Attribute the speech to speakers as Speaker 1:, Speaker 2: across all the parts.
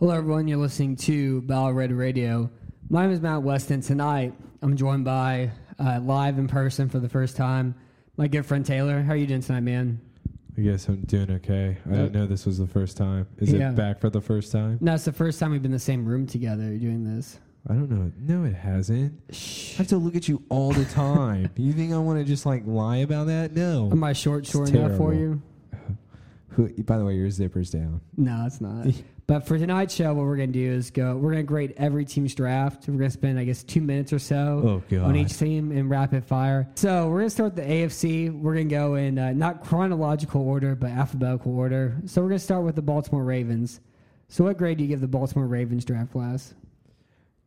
Speaker 1: Hello, everyone. You're listening to Battle Red Radio. My name is Matt Weston. Tonight, I'm joined by uh, live in person for the first time, my good friend Taylor. How are you doing tonight, man?
Speaker 2: I guess I'm doing okay. I didn't know this was the first time. Is
Speaker 1: Yeah.
Speaker 2: it back for the first time?
Speaker 1: No, it's the first time we've been in the same room together doing this.
Speaker 2: I don't know. No, it hasn't. I have to look at you all the time. you think I want to just like lie about that? No.
Speaker 1: Am I short, short
Speaker 2: It's
Speaker 1: enough for
Speaker 2: terrible.
Speaker 1: you?
Speaker 2: Who- By the way, your zipper's down.
Speaker 1: No, it's not. but for tonight's show, what we're gonna do is go. We're gonna grade every team's draft. We're gonna spend, I guess, two minutes or so
Speaker 2: Oh, God.
Speaker 1: on each team in rapid fire. So we're gonna start with the AFC. We're gonna go in uh, not chronological order, but alphabetical order. So we're gonna start with the Baltimore Ravens. So what grade do you give the Baltimore Ravens draft class?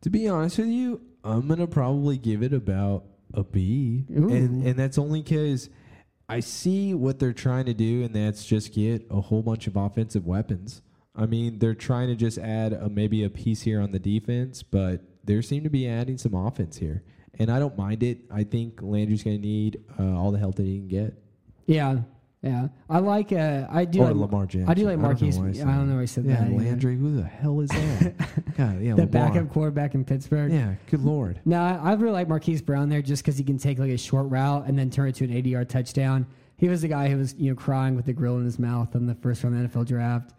Speaker 2: To be honest with you, I'm gonna probably give it about a B, and and that's only because I see what they're trying to do, and that's just get a whole bunch of offensive weapons. I mean, they're trying to just add a, maybe a piece here on the defense, but there seem to be adding some offense here, and I don't mind it. I think Landry's gonna need uh, all the help that he can get.
Speaker 1: Yeah, yeah. I like. Uh, I do.
Speaker 2: Or
Speaker 1: like,
Speaker 2: Lamar Jackson.
Speaker 1: I do like
Speaker 2: don't
Speaker 1: Marquise.
Speaker 2: know why
Speaker 1: I,
Speaker 2: said
Speaker 1: don't know why I said
Speaker 2: yeah,
Speaker 1: that. either.
Speaker 2: Landry, who the hell is that? God, yeah,
Speaker 1: the
Speaker 2: Lamar.
Speaker 1: backup quarterback in Pittsburgh.
Speaker 2: Yeah, good lord.
Speaker 1: No, I I really like Marquise Brown there just because he can take like a short route and then turn it to an 80 yard touchdown. He was the guy who was, you know, crying with the grill in his mouth on the first round of the NFL draft.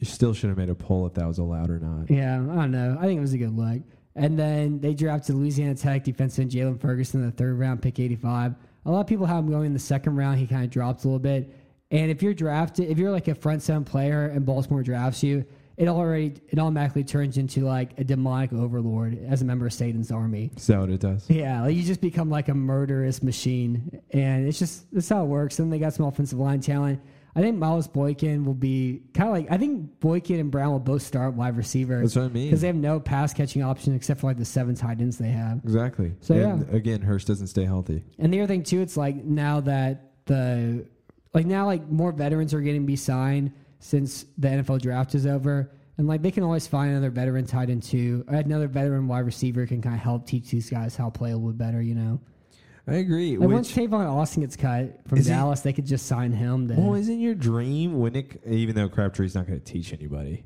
Speaker 2: You still should have made a poll if that was allowed or not.
Speaker 1: Yeah, I don't know. I think it was a good look. And then they drafted Louisiana Tech defensive end Jalen Ferguson in the third round, pick 85. A lot of people have him going in the second round. He kind of drops a little bit. And if you're drafted, if you're like a front seven player and Baltimore drafts you, it already it automatically turns into like a demonic overlord as a member of Satan's army.
Speaker 2: Is that what it does?
Speaker 1: Yeah, like you just become like a murderous machine, and it's just that's how it works. Then they got some offensive line talent. I think Miles Boykin will be kind of like I think Boykin and Brown will both start wide receiver.
Speaker 2: That's what I mean.
Speaker 1: because they have no pass catching option except for like the seven tight ends they have.
Speaker 2: Exactly.
Speaker 1: So,
Speaker 2: and
Speaker 1: yeah.
Speaker 2: again, Hurst doesn't stay healthy.
Speaker 1: And the other thing too, it's like now that the like now like more veterans are getting to be signed since the NFL draft is over. And like they can always find another veteran tight end too. Or another veteran wide receiver can kind of help teach these guys how to play a little bit better, you know.
Speaker 2: I agree.
Speaker 1: Like
Speaker 2: which-
Speaker 1: once Tavon Austin gets cut from
Speaker 2: Is he-
Speaker 1: Dallas, they could just sign him. Then
Speaker 2: well, isn't your dream when it, even though Crabtree's not going to teach anybody?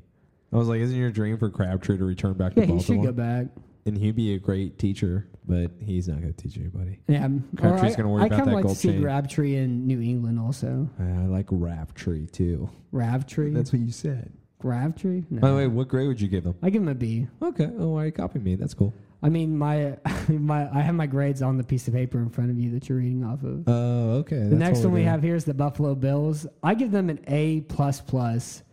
Speaker 2: I was like, isn't your dream for Crabtree to return back
Speaker 1: yeah,
Speaker 2: to
Speaker 1: he should
Speaker 2: Baltimore?
Speaker 1: go back.
Speaker 2: And he'd be a great teacher, but he's not going to teach anybody.
Speaker 1: Yeah,
Speaker 2: Crabtree's gonna worry
Speaker 1: I, I
Speaker 2: about
Speaker 1: kinda
Speaker 2: that
Speaker 1: like
Speaker 2: gold
Speaker 1: to see
Speaker 2: chain.
Speaker 1: Crabtree in New England also.
Speaker 2: Uh, I like Raptree too.
Speaker 1: Crabtree,
Speaker 2: That's what you said.
Speaker 1: Crabtree. No.
Speaker 2: By the way, what grade would you give him?
Speaker 1: I give him a B.
Speaker 2: Okay. Oh, why you copy me? That's cool.
Speaker 1: I mean, my my I have my grades on the piece of paper in front of you that you're reading off of.
Speaker 2: Oh, okay.
Speaker 1: the next one we have here is the Buffalo Bills. I give them an A plus plus.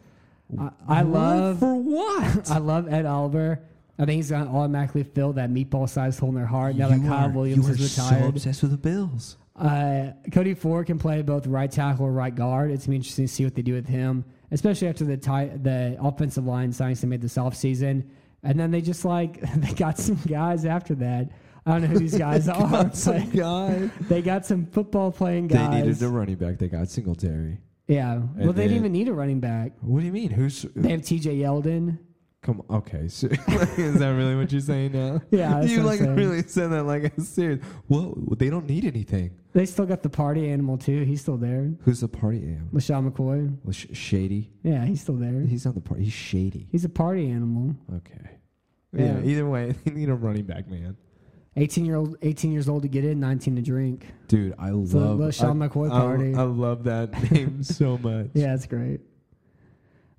Speaker 1: I, I love
Speaker 2: for what?
Speaker 1: I love Ed Oliver. I think he's gonna automatically fill that meatball sized hole in their heart now that Kyle Williams is retired.
Speaker 2: obsessed with the Bills.
Speaker 1: Uh, Cody Ford can play both right tackle or right guard. It's gonna be interesting to see what they do with him, especially after the tight, the offensive line signings they made this offseason. And then they just like they got some guys after that. I don't know who these guys are.
Speaker 2: Some
Speaker 1: but
Speaker 2: guy.
Speaker 1: They got some football playing
Speaker 2: They
Speaker 1: guys.
Speaker 2: needed a running back. They got Singletary.
Speaker 1: yeah. Well, they didn't
Speaker 2: then-
Speaker 1: even need a running back.
Speaker 2: What do you mean? Who's
Speaker 1: They have T.J. Yeldon.
Speaker 2: come? Okay, so is that really what you're saying now?
Speaker 1: Yeah, that's
Speaker 2: you
Speaker 1: what I'm
Speaker 2: like
Speaker 1: saying.
Speaker 2: really said that like it's serious. Well, they don't need anything.
Speaker 1: They still got the party animal too. He's still there.
Speaker 2: Who's the party am?
Speaker 1: LaShawn McCoy.
Speaker 2: Well, sh- shady.
Speaker 1: Yeah, he's still there.
Speaker 2: He's not the party. He's shady.
Speaker 1: He's a party animal.
Speaker 2: Okay.
Speaker 1: Yeah.
Speaker 2: Yeah. Either way, they need a running back, man.
Speaker 1: 18 year old 18 years old to get in 19 to drink
Speaker 2: Dude, I
Speaker 1: So,
Speaker 2: love
Speaker 1: little Sean
Speaker 2: I-
Speaker 1: McCoy
Speaker 2: I-
Speaker 1: party.
Speaker 2: I, love that name so much.
Speaker 1: yeah that's great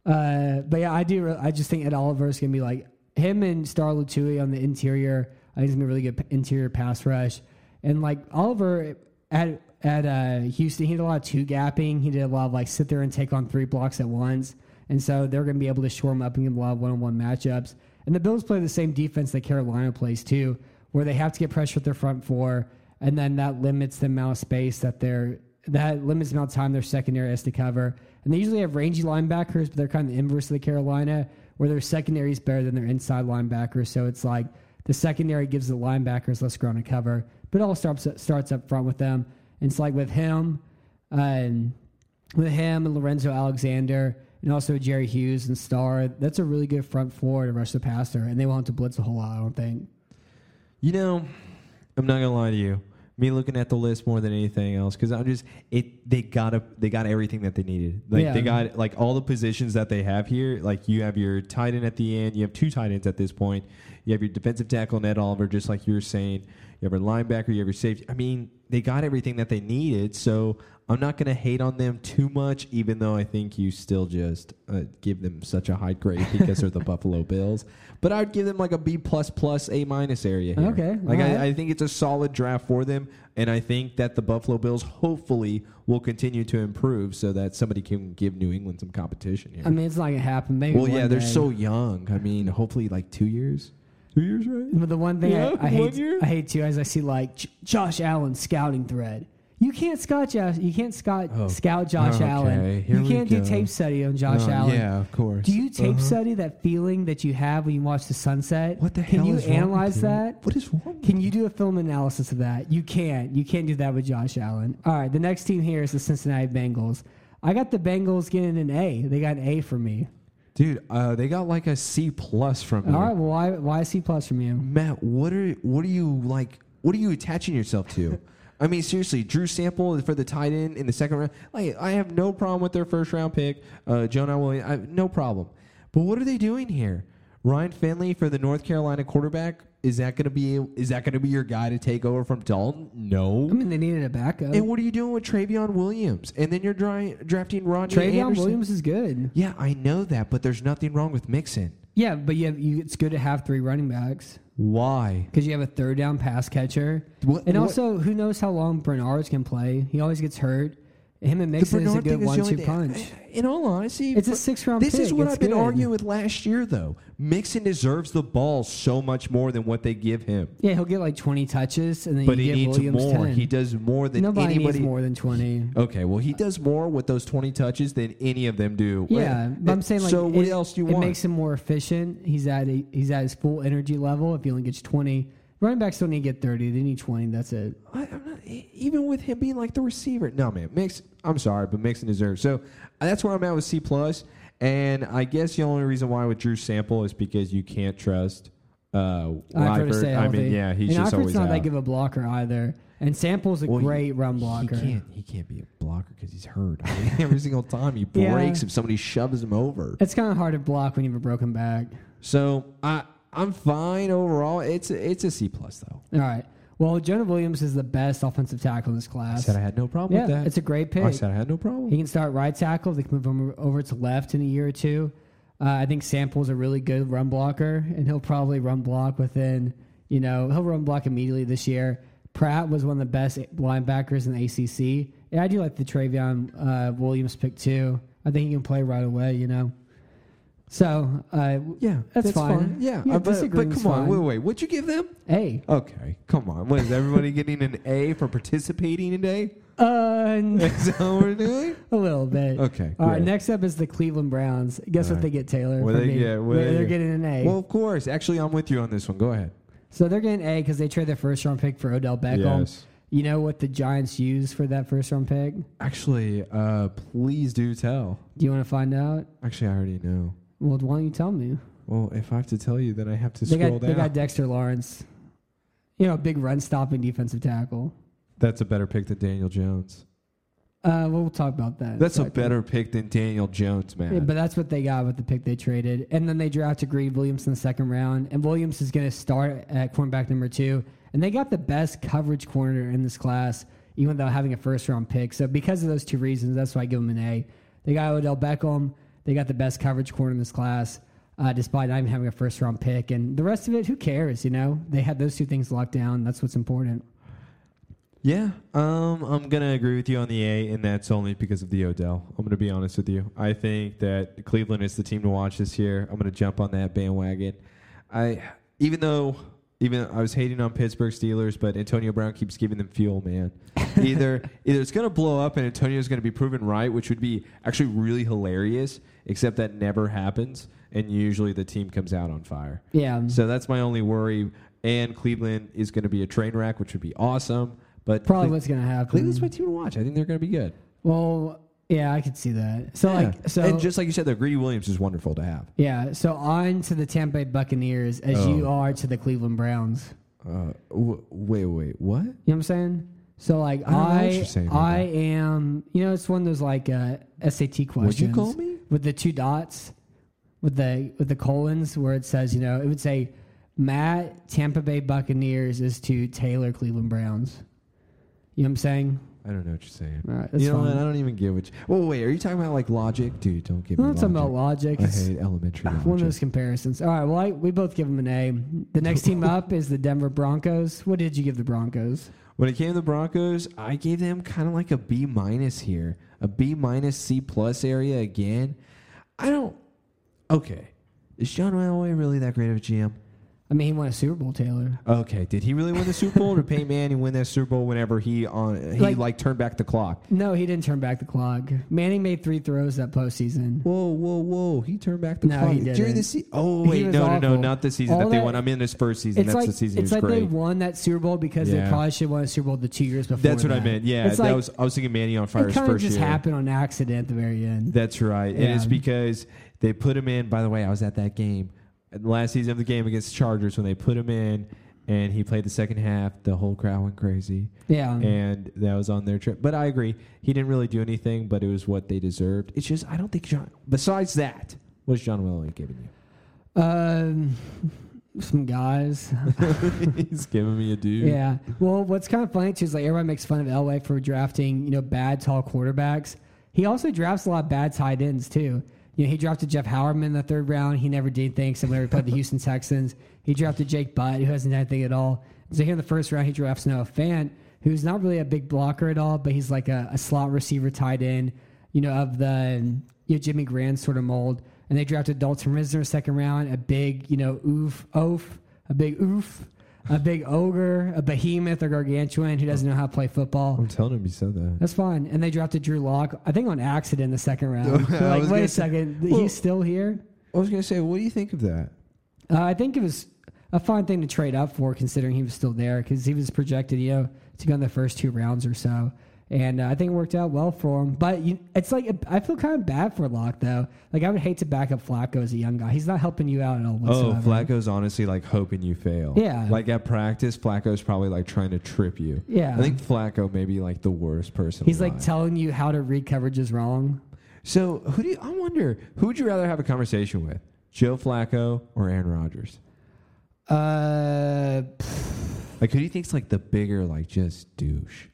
Speaker 1: uh, but yeah i do re- i just think ed oliver is going to be like him and star Lutui on the interior i think it's going to be a really good p- interior pass rush and like oliver at at uh, Houston, he did a lot of two gapping. He did a lot of like sit there and take on three blocks at once. And so they're going to be able to shore him up and give him a lot of one on one matchups. And the Bills play the same defense that Carolina plays too, where they have to get pressure at their front four, and then that limits the amount of space that they're that limits the amount of time their secondary has to cover. And they usually have rangy linebackers, but they're kind of the inverse of the Carolina, where their secondary is better than their inside linebackers. So it's like the secondary gives the linebackers less ground to cover, but it all starts starts up front with them. And it's like with him, um, with him and Lorenzo Alexander, and also Jerry Hughes and Starr. That's a really good front four to rush the passer, and they want to blitz a whole lot. I don't think.
Speaker 2: You know, I'm not gonna lie to you. Me looking at the list more than anything else, because I'm just it. They got a, they got everything that they needed. Like
Speaker 1: Yeah.
Speaker 2: they got like all the positions that they have here. Like you have your tight end at the end. You have two tight ends at this point. You have your defensive tackle Ned Oliver, just like you were saying. You have your linebacker. You have your safety. I mean, they got everything that they needed. So I'm not gonna hate on them too much, even though I think you still just uh, give them such a high grade because they're the Buffalo Bills. But I'd give them like a B plus plus, A minus area. here.
Speaker 1: Okay,
Speaker 2: Like
Speaker 1: all
Speaker 2: I,
Speaker 1: right.
Speaker 2: I think it's a solid draft for them, and I think that the Buffalo Bills hopefully will continue to improve so that somebody can give New England some competition here.
Speaker 1: I mean, it's not gonna happen. Maybe
Speaker 2: well, yeah,
Speaker 1: one
Speaker 2: they're
Speaker 1: day.
Speaker 2: so young. I mean, hopefully, like two years, two years, right?
Speaker 1: But the one thing
Speaker 2: Yeah,
Speaker 1: I, I
Speaker 2: one
Speaker 1: hate,
Speaker 2: year?
Speaker 1: I hate too, is I see like J- Josh Allen scouting thread. You can't scout Josh. You can't scout, scout Josh
Speaker 2: Oh. okay,
Speaker 1: Allen.
Speaker 2: here
Speaker 1: You
Speaker 2: we
Speaker 1: can't do
Speaker 2: go.
Speaker 1: tape study on Josh
Speaker 2: Oh,
Speaker 1: Allen.
Speaker 2: yeah, of course.
Speaker 1: Do
Speaker 2: Uh-huh.
Speaker 1: you tape study that feeling that you have when you watch the sunset?
Speaker 2: What the
Speaker 1: Can
Speaker 2: hell
Speaker 1: you
Speaker 2: is wrong with
Speaker 1: analyze
Speaker 2: you?
Speaker 1: that?
Speaker 2: What is wrong?
Speaker 1: Can you do a film analysis of that? You can't. You can't do that with Josh Allen. All right, the next team here is the Cincinnati Bengals. I got the Bengals getting an A. They got an A from me.
Speaker 2: Dude, uh, they got like a C plus from me.
Speaker 1: All right, well, why why a C plus from you?
Speaker 2: Matt, what are what are you like? What are you attaching yourself to? I mean, seriously, Drew Sample for the tight end in the second round. Like, I have no problem with their first round pick, uh, Jonah Williams. I, no problem. But what are they doing here? Ryan Finley for the North Carolina quarterback. Is that going to be is that going to be your guy to take over from Dalton? No.
Speaker 1: I mean, uh, they needed a backup.
Speaker 2: and what are you doing with Travion Williams? And then you're dry, drafting Rodney
Speaker 1: Travion
Speaker 2: Anderson.
Speaker 1: Williams is good.
Speaker 2: Yeah, I know that, but there's nothing wrong with Mixon.
Speaker 1: Yeah, but you have, you, it's good to have three running backs
Speaker 2: Why?
Speaker 1: because you have a third down pass catcher.
Speaker 2: What-
Speaker 1: and
Speaker 2: what-
Speaker 1: also, who knows how long Bernard can play? He always gets hurt. Him and Mixon is a
Speaker 2: Bernard
Speaker 1: good
Speaker 2: thing the only
Speaker 1: one-two
Speaker 2: thing-
Speaker 1: punch.
Speaker 2: In all honesty,
Speaker 1: It's a
Speaker 2: for-
Speaker 1: six-round
Speaker 2: This is
Speaker 1: pick.
Speaker 2: what
Speaker 1: It's
Speaker 2: I've been
Speaker 1: good.
Speaker 2: arguing with last year, though. Mixon deserves the ball so much more than what they give him,
Speaker 1: Yeah, he'll get like 20 touches, and then
Speaker 2: but
Speaker 1: you
Speaker 2: he
Speaker 1: get
Speaker 2: needs
Speaker 1: Williams
Speaker 2: more.
Speaker 1: 10.
Speaker 2: He does more than
Speaker 1: Nobody
Speaker 2: anybody.
Speaker 1: needs more than 20.
Speaker 2: Okay, well, he does more with those twenty touches than any of them do.
Speaker 1: Yeah, but I'm saying like
Speaker 2: so. What
Speaker 1: it-
Speaker 2: else do you
Speaker 1: it
Speaker 2: want?
Speaker 1: makes him more efficient. He's at a, he's at his full energy level. If he only gets 20, running backs don't need to get 30. They need 20. That's it.
Speaker 2: I, I'm not, e- even with him being like the receiver. No, man, Mix. I'm sorry, but Mixon deserves. So uh, that's where I'm at with C plus. And I guess the only reason why with Drew Sample is because you can't trust. Uh,
Speaker 1: Eifert to
Speaker 2: Eifert.
Speaker 1: stay
Speaker 2: I
Speaker 1: healthy.
Speaker 2: mean, yeah, he's
Speaker 1: and
Speaker 2: just
Speaker 1: Eifert's
Speaker 2: always
Speaker 1: not
Speaker 2: out.
Speaker 1: that good of a blocker either. And Sample's a
Speaker 2: Well, he-
Speaker 1: great run blocker.
Speaker 2: He can't, he can't be a blocker because he's hurt. I mean, every single time he
Speaker 1: Yeah.
Speaker 2: breaks if somebody shoves him over.
Speaker 1: It's kind of hard to block when you have a broken back.
Speaker 2: So I I'm fine overall. It's a, it's a C plus though.
Speaker 1: All right. Well, Jonah Williams is the best offensive tackle in this
Speaker 2: I
Speaker 1: class.
Speaker 2: said I had no problem with
Speaker 1: Yeah,
Speaker 2: that.
Speaker 1: it's a great pick.
Speaker 2: I said I had no problem.
Speaker 1: He can start right tackle. They can move him over to left in a year or two. Uh, I think Sample's a really good run blocker, and he'll probably run block within, you know, he'll run block immediately this year. Pratt was one of the best linebackers in the ACC. And I do like the Travion uh, Williams pick, too. I think he can play right away, you know. So, uh,
Speaker 2: yeah,
Speaker 1: that's, fine.
Speaker 2: Yeah,
Speaker 1: yeah
Speaker 2: uh, but, but
Speaker 1: disagreeing's
Speaker 2: come on,
Speaker 1: fine.
Speaker 2: wait, wait. What'd you give them?
Speaker 1: Hey,
Speaker 2: Okay, come on. What is everybody getting an A for participating today?
Speaker 1: uh, n-
Speaker 2: Is that what we're doing?
Speaker 1: a little bit.
Speaker 2: Okay,
Speaker 1: All right.
Speaker 2: great.
Speaker 1: Next up is the Cleveland Browns. Guess what
Speaker 2: All
Speaker 1: they get, Taylor?
Speaker 2: What
Speaker 1: from
Speaker 2: they
Speaker 1: me?
Speaker 2: get- what
Speaker 1: They're,
Speaker 2: they
Speaker 1: they're
Speaker 2: get.
Speaker 1: getting an A.
Speaker 2: Well, of course. Actually, I'm with you on this one. Go ahead.
Speaker 1: So they're getting A because they trade their first round pick for Odell Beckham.
Speaker 2: Yes.
Speaker 1: You know what the Giants use for that first round pick? Do
Speaker 2: Actually, uh, please do tell.
Speaker 1: you want to find out?
Speaker 2: Actually, I already know.
Speaker 1: Well, why don't you tell me?
Speaker 2: Well, if I have to tell you, then I have to
Speaker 1: They
Speaker 2: scroll
Speaker 1: got, they
Speaker 2: down.
Speaker 1: got Dexter Lawrence. You know, a big run stopping defensive tackle.
Speaker 2: That's a better pick than Daniel Jones.
Speaker 1: Uh, we'll talk about that. in
Speaker 2: That's a
Speaker 1: second.
Speaker 2: better pick than Daniel Jones, man.
Speaker 1: Yeah, but that's what they got with the pick they traded. And then they drafted Greed Williams in the second round. And Williams is going to start at cornerback number two. And they got the best coverage corner in this class, even though having a first round pick. So because of those two reasons, that's why I give them an A. They got Odell Beckham. They got the best coverage corner in this class, uh, despite not even having a first round pick. And the rest of it, who cares? You know, they had those two things locked down. That's what's important.
Speaker 2: Yeah, um, I'm gonna agree with you on the A, and that's only because of the Odell. I'm gonna be honest with you. I think that Cleveland is the team to watch this year. I'm gonna jump on that bandwagon. I, even though, even I was hating on Pittsburgh Steelers, but Antonio Brown keeps giving them fuel, man. Either either it's gonna blow up, and Antonio's gonna be proven right, which would be actually really hilarious. Except that never happens, and usually the team comes out on fire.
Speaker 1: Yeah.
Speaker 2: So that's my only worry. And Cleveland is going to be a train wreck, which would be awesome. But
Speaker 1: Probably
Speaker 2: Cle-
Speaker 1: what's gonna happen.
Speaker 2: Cleveland's my team to watch. I think they're going to be good.
Speaker 1: Well, yeah, I could see that. So
Speaker 2: Yeah.
Speaker 1: like so
Speaker 2: and just like you said, the Greedy Williams is wonderful to have.
Speaker 1: yeah, so on to the Tampa Bay Buccaneers as
Speaker 2: Oh.
Speaker 1: you are to the Cleveland Browns.
Speaker 2: Uh, w- wait, wait, what?
Speaker 1: You know what I'm saying? So like
Speaker 2: don't know what
Speaker 1: I
Speaker 2: you're saying right
Speaker 1: I am you know it's one of those like uh, SAT questions.
Speaker 2: you call me?
Speaker 1: with the two dots with the with the colons where it says you know it would say Matt Tampa Bay Buccaneers is to Taylor Cleveland Browns. You know what I'm saying?
Speaker 2: I don't know what you're saying.
Speaker 1: All right, that's
Speaker 2: you know what?
Speaker 1: fine.
Speaker 2: I don't even get what. You- well, wait, are you talking about like logic, dude? Don't give me.
Speaker 1: I'm not talking about logic.
Speaker 2: I
Speaker 1: It's-
Speaker 2: hate elementary logic.
Speaker 1: One of those comparisons. All right. Well, I, we both give them an A. The next team up is the Denver Broncos. What did you give the Broncos?
Speaker 2: When it came to the Broncos, I gave them kind of like a B minus here, a B minus C plus area again. I don't. Okay, is John Elway really that great of a GM?
Speaker 1: I mean, he won a Super Bowl, Taylor.
Speaker 2: Okay, did he really win the Super Bowl? or did Peyton Manning win that Super Bowl whenever he on he like,
Speaker 1: Like-
Speaker 2: turned back the clock?
Speaker 1: No, he didn't turn back the clock. Manning made three throws that postseason.
Speaker 2: Whoa, whoa, whoa! He turned back the
Speaker 1: No,
Speaker 2: clock
Speaker 1: he didn't.
Speaker 2: during the season. Oh
Speaker 1: He
Speaker 2: wait,
Speaker 1: was
Speaker 2: no, no, no,
Speaker 1: awful.
Speaker 2: not the season
Speaker 1: All
Speaker 2: that they
Speaker 1: that-
Speaker 2: won. I mean, this first season.
Speaker 1: it's
Speaker 2: That's
Speaker 1: like
Speaker 2: the season. he
Speaker 1: it's
Speaker 2: was
Speaker 1: like
Speaker 2: great.
Speaker 1: they won that Super Bowl because
Speaker 2: Yeah.
Speaker 1: they probably should have won a Super Bowl the two years before.
Speaker 2: That's what I
Speaker 1: that.
Speaker 2: meant. Yeah,
Speaker 1: It's
Speaker 2: that
Speaker 1: like-
Speaker 2: was I was thinking Manning on
Speaker 1: It
Speaker 2: Fire's
Speaker 1: kind of
Speaker 2: first
Speaker 1: just
Speaker 2: year.
Speaker 1: happened on accident at the very end.
Speaker 2: That's right. And it's
Speaker 1: Yeah.
Speaker 2: because they put him in. By the way, I was at that game, at the last season of the game against Chargers when they put him in and he played the second half. The whole crowd went crazy.
Speaker 1: Yeah.
Speaker 2: And that was on their trip. But I agree. He didn't really do anything, but it was what they deserved. It's just, I don't think John, besides that, what's John Willing giving you?
Speaker 1: Um, some guys.
Speaker 2: He's giving me a dude.
Speaker 1: Yeah. Well, what's kind of funny too is like everyone makes fun of Elway for drafting, you know, bad tall quarterbacks. He also drafts a lot of bad tight ends too. You know, he drafted Jeff Howerman in the third round. He never did anything. So whenever he played the Houston Texans, he drafted Jake Butt, who hasn't done anything at all. So here in the first round, he drafts Noah Fant, who's not really a big blocker at all, but he's like a, a slot receiver tight end, you know, of the you know, Jimmy Grand sort of mold. And they drafted Dalton Risner second round, a big, you know, oof, oof, a big oof a big ogre, a behemoth, or gargantuan who doesn't know how to play football.
Speaker 2: I'm telling him he said that.
Speaker 1: That's fine. And they drafted Drew Lock, I think on accident in the second round. They're
Speaker 2: I
Speaker 1: like, wait
Speaker 2: was gonna
Speaker 1: a
Speaker 2: say-
Speaker 1: second,
Speaker 2: Well-
Speaker 1: he's still here?
Speaker 2: I was going to say, what do you think of that?
Speaker 1: Uh, I think it was a fine thing to trade up for considering he was still there because he was projected, you know, to go in the first two rounds or so. And uh, I think it worked out well for him. But you, it's like, I feel kind of bad for Locke, though. Like, I would hate to back up Flacco as a young guy. He's not helping you out at all whatsoever.
Speaker 2: Oh, Flacco's honestly like hoping you fail.
Speaker 1: Yeah.
Speaker 2: Like at practice, Flacco's probably like trying to trip you.
Speaker 1: Yeah.
Speaker 2: I think Flacco may be like the worst person.
Speaker 1: He's like
Speaker 2: alive.
Speaker 1: telling you how to read coverages wrong.
Speaker 2: so who do you, I wonder who would you rather have a conversation with, Joe Flacco or Aaron Rodgers?
Speaker 1: Uh,
Speaker 2: Like who do you think's like the bigger like just douche?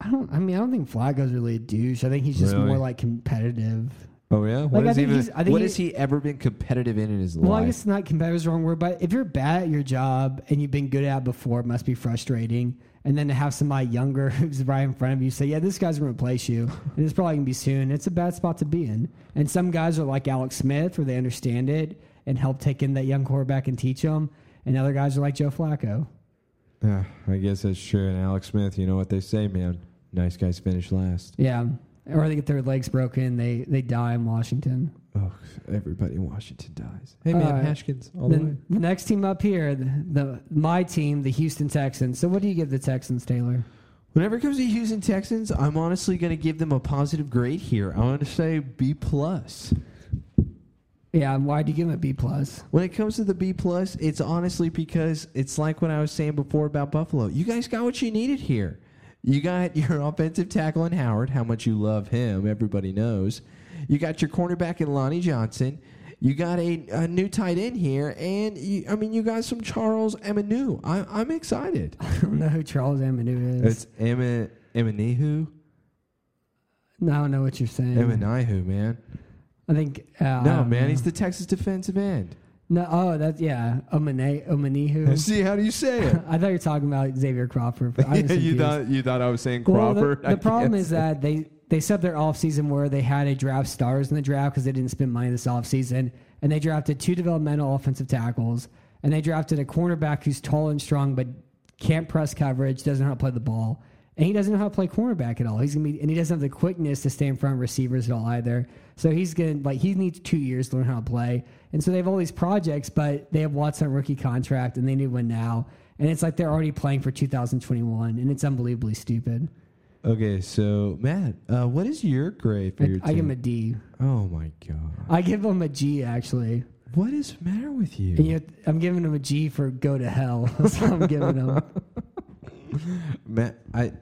Speaker 1: I don't. I mean, I don't think Flacco's really a douche. I think he's just
Speaker 2: Really?
Speaker 1: more like competitive.
Speaker 2: Oh yeah,
Speaker 1: Like,
Speaker 2: what,
Speaker 1: I
Speaker 2: has, he
Speaker 1: think
Speaker 2: even-
Speaker 1: he's- I think
Speaker 2: what
Speaker 1: he-
Speaker 2: has he ever been competitive in in his
Speaker 1: Well,
Speaker 2: life?
Speaker 1: I guess not competitive is the wrong word, but if you're bad at your job and you've been good at it before, it must be frustrating. And then to have somebody younger who's right in front of you say, "Yeah, this guy's going to replace you," and it's probably going to be soon. It's a bad spot to be in. And some guys are like Alex Smith, where they understand it and help take in that young quarterback and teach him. And other guys are like Joe Flacco.
Speaker 2: Yeah, I guess that's true. And Alex Smith, you know what they say, man. Nice guys finish last.
Speaker 1: Yeah, or they get their legs broken. They they die in Washington.
Speaker 2: Oh, everybody in Washington dies. Hey man,
Speaker 1: All right.
Speaker 2: Hashkins all the way.
Speaker 1: Then the next team up here, the, the my team, the Houston Texans. So what do you give the Texans, Taylor?
Speaker 2: Whenever it comes to Houston Texans, I'm honestly going to give them a positive grade here. I want to say B plus.
Speaker 1: Yeah, and why do you give him a B plus?
Speaker 2: When it comes to the B plus, it's honestly because it's like what I was saying before about Buffalo. You guys got what you needed here. You got your offensive tackle in Howard, how much you love him, everybody knows. You got your cornerback in Lonnie Johnson. You got a, a new tight end here, and you, I mean, you got some Charles Emanu. I, I'm excited.
Speaker 1: I don't know who Charles Aminu is.
Speaker 2: it's Emma Emanihu,
Speaker 1: No, I don't know what you're saying.
Speaker 2: Emanihu, man.
Speaker 1: I think uh, I
Speaker 2: No,
Speaker 1: don't
Speaker 2: man,
Speaker 1: know.
Speaker 2: he's the Texas defensive end.
Speaker 1: No, oh, that's yeah, Omane Omanihu.
Speaker 2: See, how do you say it?
Speaker 1: I thought you were talking about Xavier Crawford. I was
Speaker 2: you
Speaker 1: confused.
Speaker 2: thought you thought I was saying
Speaker 1: Well, the-
Speaker 2: Crawford.
Speaker 1: the,
Speaker 2: I
Speaker 1: problem
Speaker 2: can't
Speaker 1: is
Speaker 2: say-
Speaker 1: that they they set up their offseason where they had a draft stars in the draft because they didn't spend money this offseason, and they drafted two developmental offensive tackles, and they drafted a cornerback who's tall and strong but can't press coverage, doesn't know how to play the ball, and he doesn't know how to play cornerback at all. He's gonna be and he doesn't have the quickness to stay in front of receivers at all either. So he's gonna like he needs two years to learn how to play, and so they have all these projects, but they have Watson on rookie contract and they need one now. And it's like they're already playing for 2021, and it's unbelievably stupid.
Speaker 2: okay. So Matt, uh, what is your grade for
Speaker 1: I,
Speaker 2: your
Speaker 1: I give him
Speaker 2: team?
Speaker 1: a D.
Speaker 2: oh my god,
Speaker 1: I give him a G actually.
Speaker 2: what is the matter with you?
Speaker 1: And yet I'm giving him a G for go to hell. That's what I'm giving him.
Speaker 2: Matt, I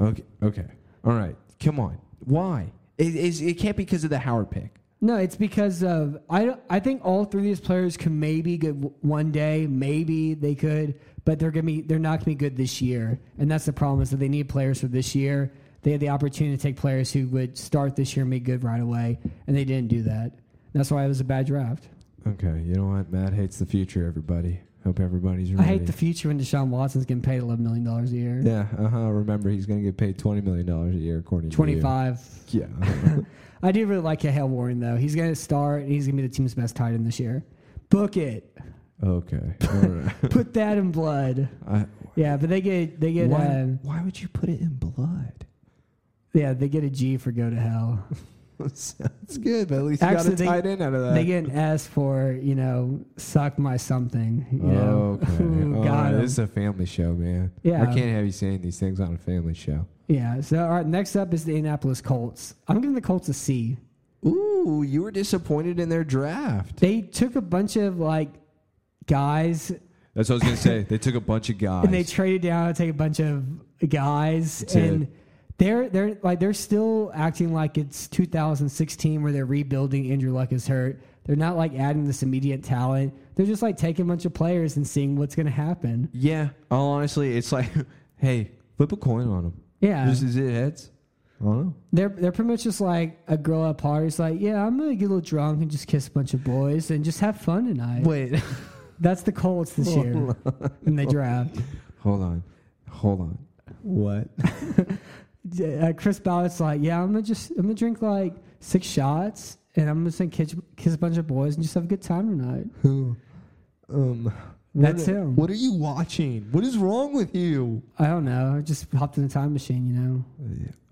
Speaker 2: okay, okay, all right. Come on, why? It is. It can't be because of the Howard pick.
Speaker 1: No, it's because of I. don't- I think all three of these players can maybe get w- one day. Maybe they could, but they're gonna be. They're not gonna be good this year, and that's the problem. Is that they need players for this year. They had the opportunity to take players who would start this year and be good right away, and they didn't do that. That's why it was a bad draft.
Speaker 2: Okay, you know what? Matt hates the future. Everybody. Hope everybody's.
Speaker 1: I
Speaker 2: Ready.
Speaker 1: hate the future when Deshaun Watson's getting paid eleven million dollars a year.
Speaker 2: Yeah. Uh huh. Remember, he's gonna get paid twenty million dollars a year, according to you.
Speaker 1: Twenty five.
Speaker 2: Yeah. uh-huh.
Speaker 1: I do really like Cahill Warren though. He's going to start and he's going to be the team's best tight end this year. Book it.
Speaker 2: okay. All right.
Speaker 1: Put that in blood.
Speaker 2: I,
Speaker 1: Yeah, but they get they get
Speaker 2: why,
Speaker 1: um,
Speaker 2: why would you put it in blood?
Speaker 1: yeah they get a G for go to hell.
Speaker 2: Sounds good, but at least
Speaker 1: Actually, they-
Speaker 2: you got a tight end out of that.
Speaker 1: They get an S for you know suck my something. You know?
Speaker 2: okay.
Speaker 1: Ooh,
Speaker 2: All
Speaker 1: got
Speaker 2: right,
Speaker 1: him.
Speaker 2: This is a family show, man.
Speaker 1: Yeah.
Speaker 2: I can't have you saying these things on a family show.
Speaker 1: Yeah. So all right, next up is the Indianapolis Colts. I'm giving the Colts a C.
Speaker 2: Ooh, you were disappointed in their draft.
Speaker 1: They took a bunch of like guys
Speaker 2: That's what I was gonna say. They took a bunch of guys.
Speaker 1: and they traded down to take a bunch of guys
Speaker 2: it.
Speaker 1: and they're they're like they're still acting like it's 2016 where they're rebuilding Andrew Luck is hurt. They're not like adding this immediate talent. They're just like taking a bunch of players and seeing what's going to happen.
Speaker 2: yeah. All honestly, it's like, hey, flip a coin on them.
Speaker 1: Yeah.
Speaker 2: This is it heads. I don't know.
Speaker 1: They're they're pretty much just like a girl at a party. It's like, yeah, I'm gonna get a little drunk and just kiss a bunch of boys and just have fun tonight.
Speaker 2: Wait.
Speaker 1: That's the Colts this year in the draft.
Speaker 2: Hold on. Hold on. What?
Speaker 1: uh, Chris Ballard's like, yeah, I'm gonna just I'm gonna drink like six shots and I'm just gonna kiss, kiss a bunch of boys and just have a good time tonight.
Speaker 2: Who? Um.
Speaker 1: That's
Speaker 2: what,
Speaker 1: him.
Speaker 2: What are you watching? What is wrong with you?
Speaker 1: I don't know. I just hopped in the time machine, you know.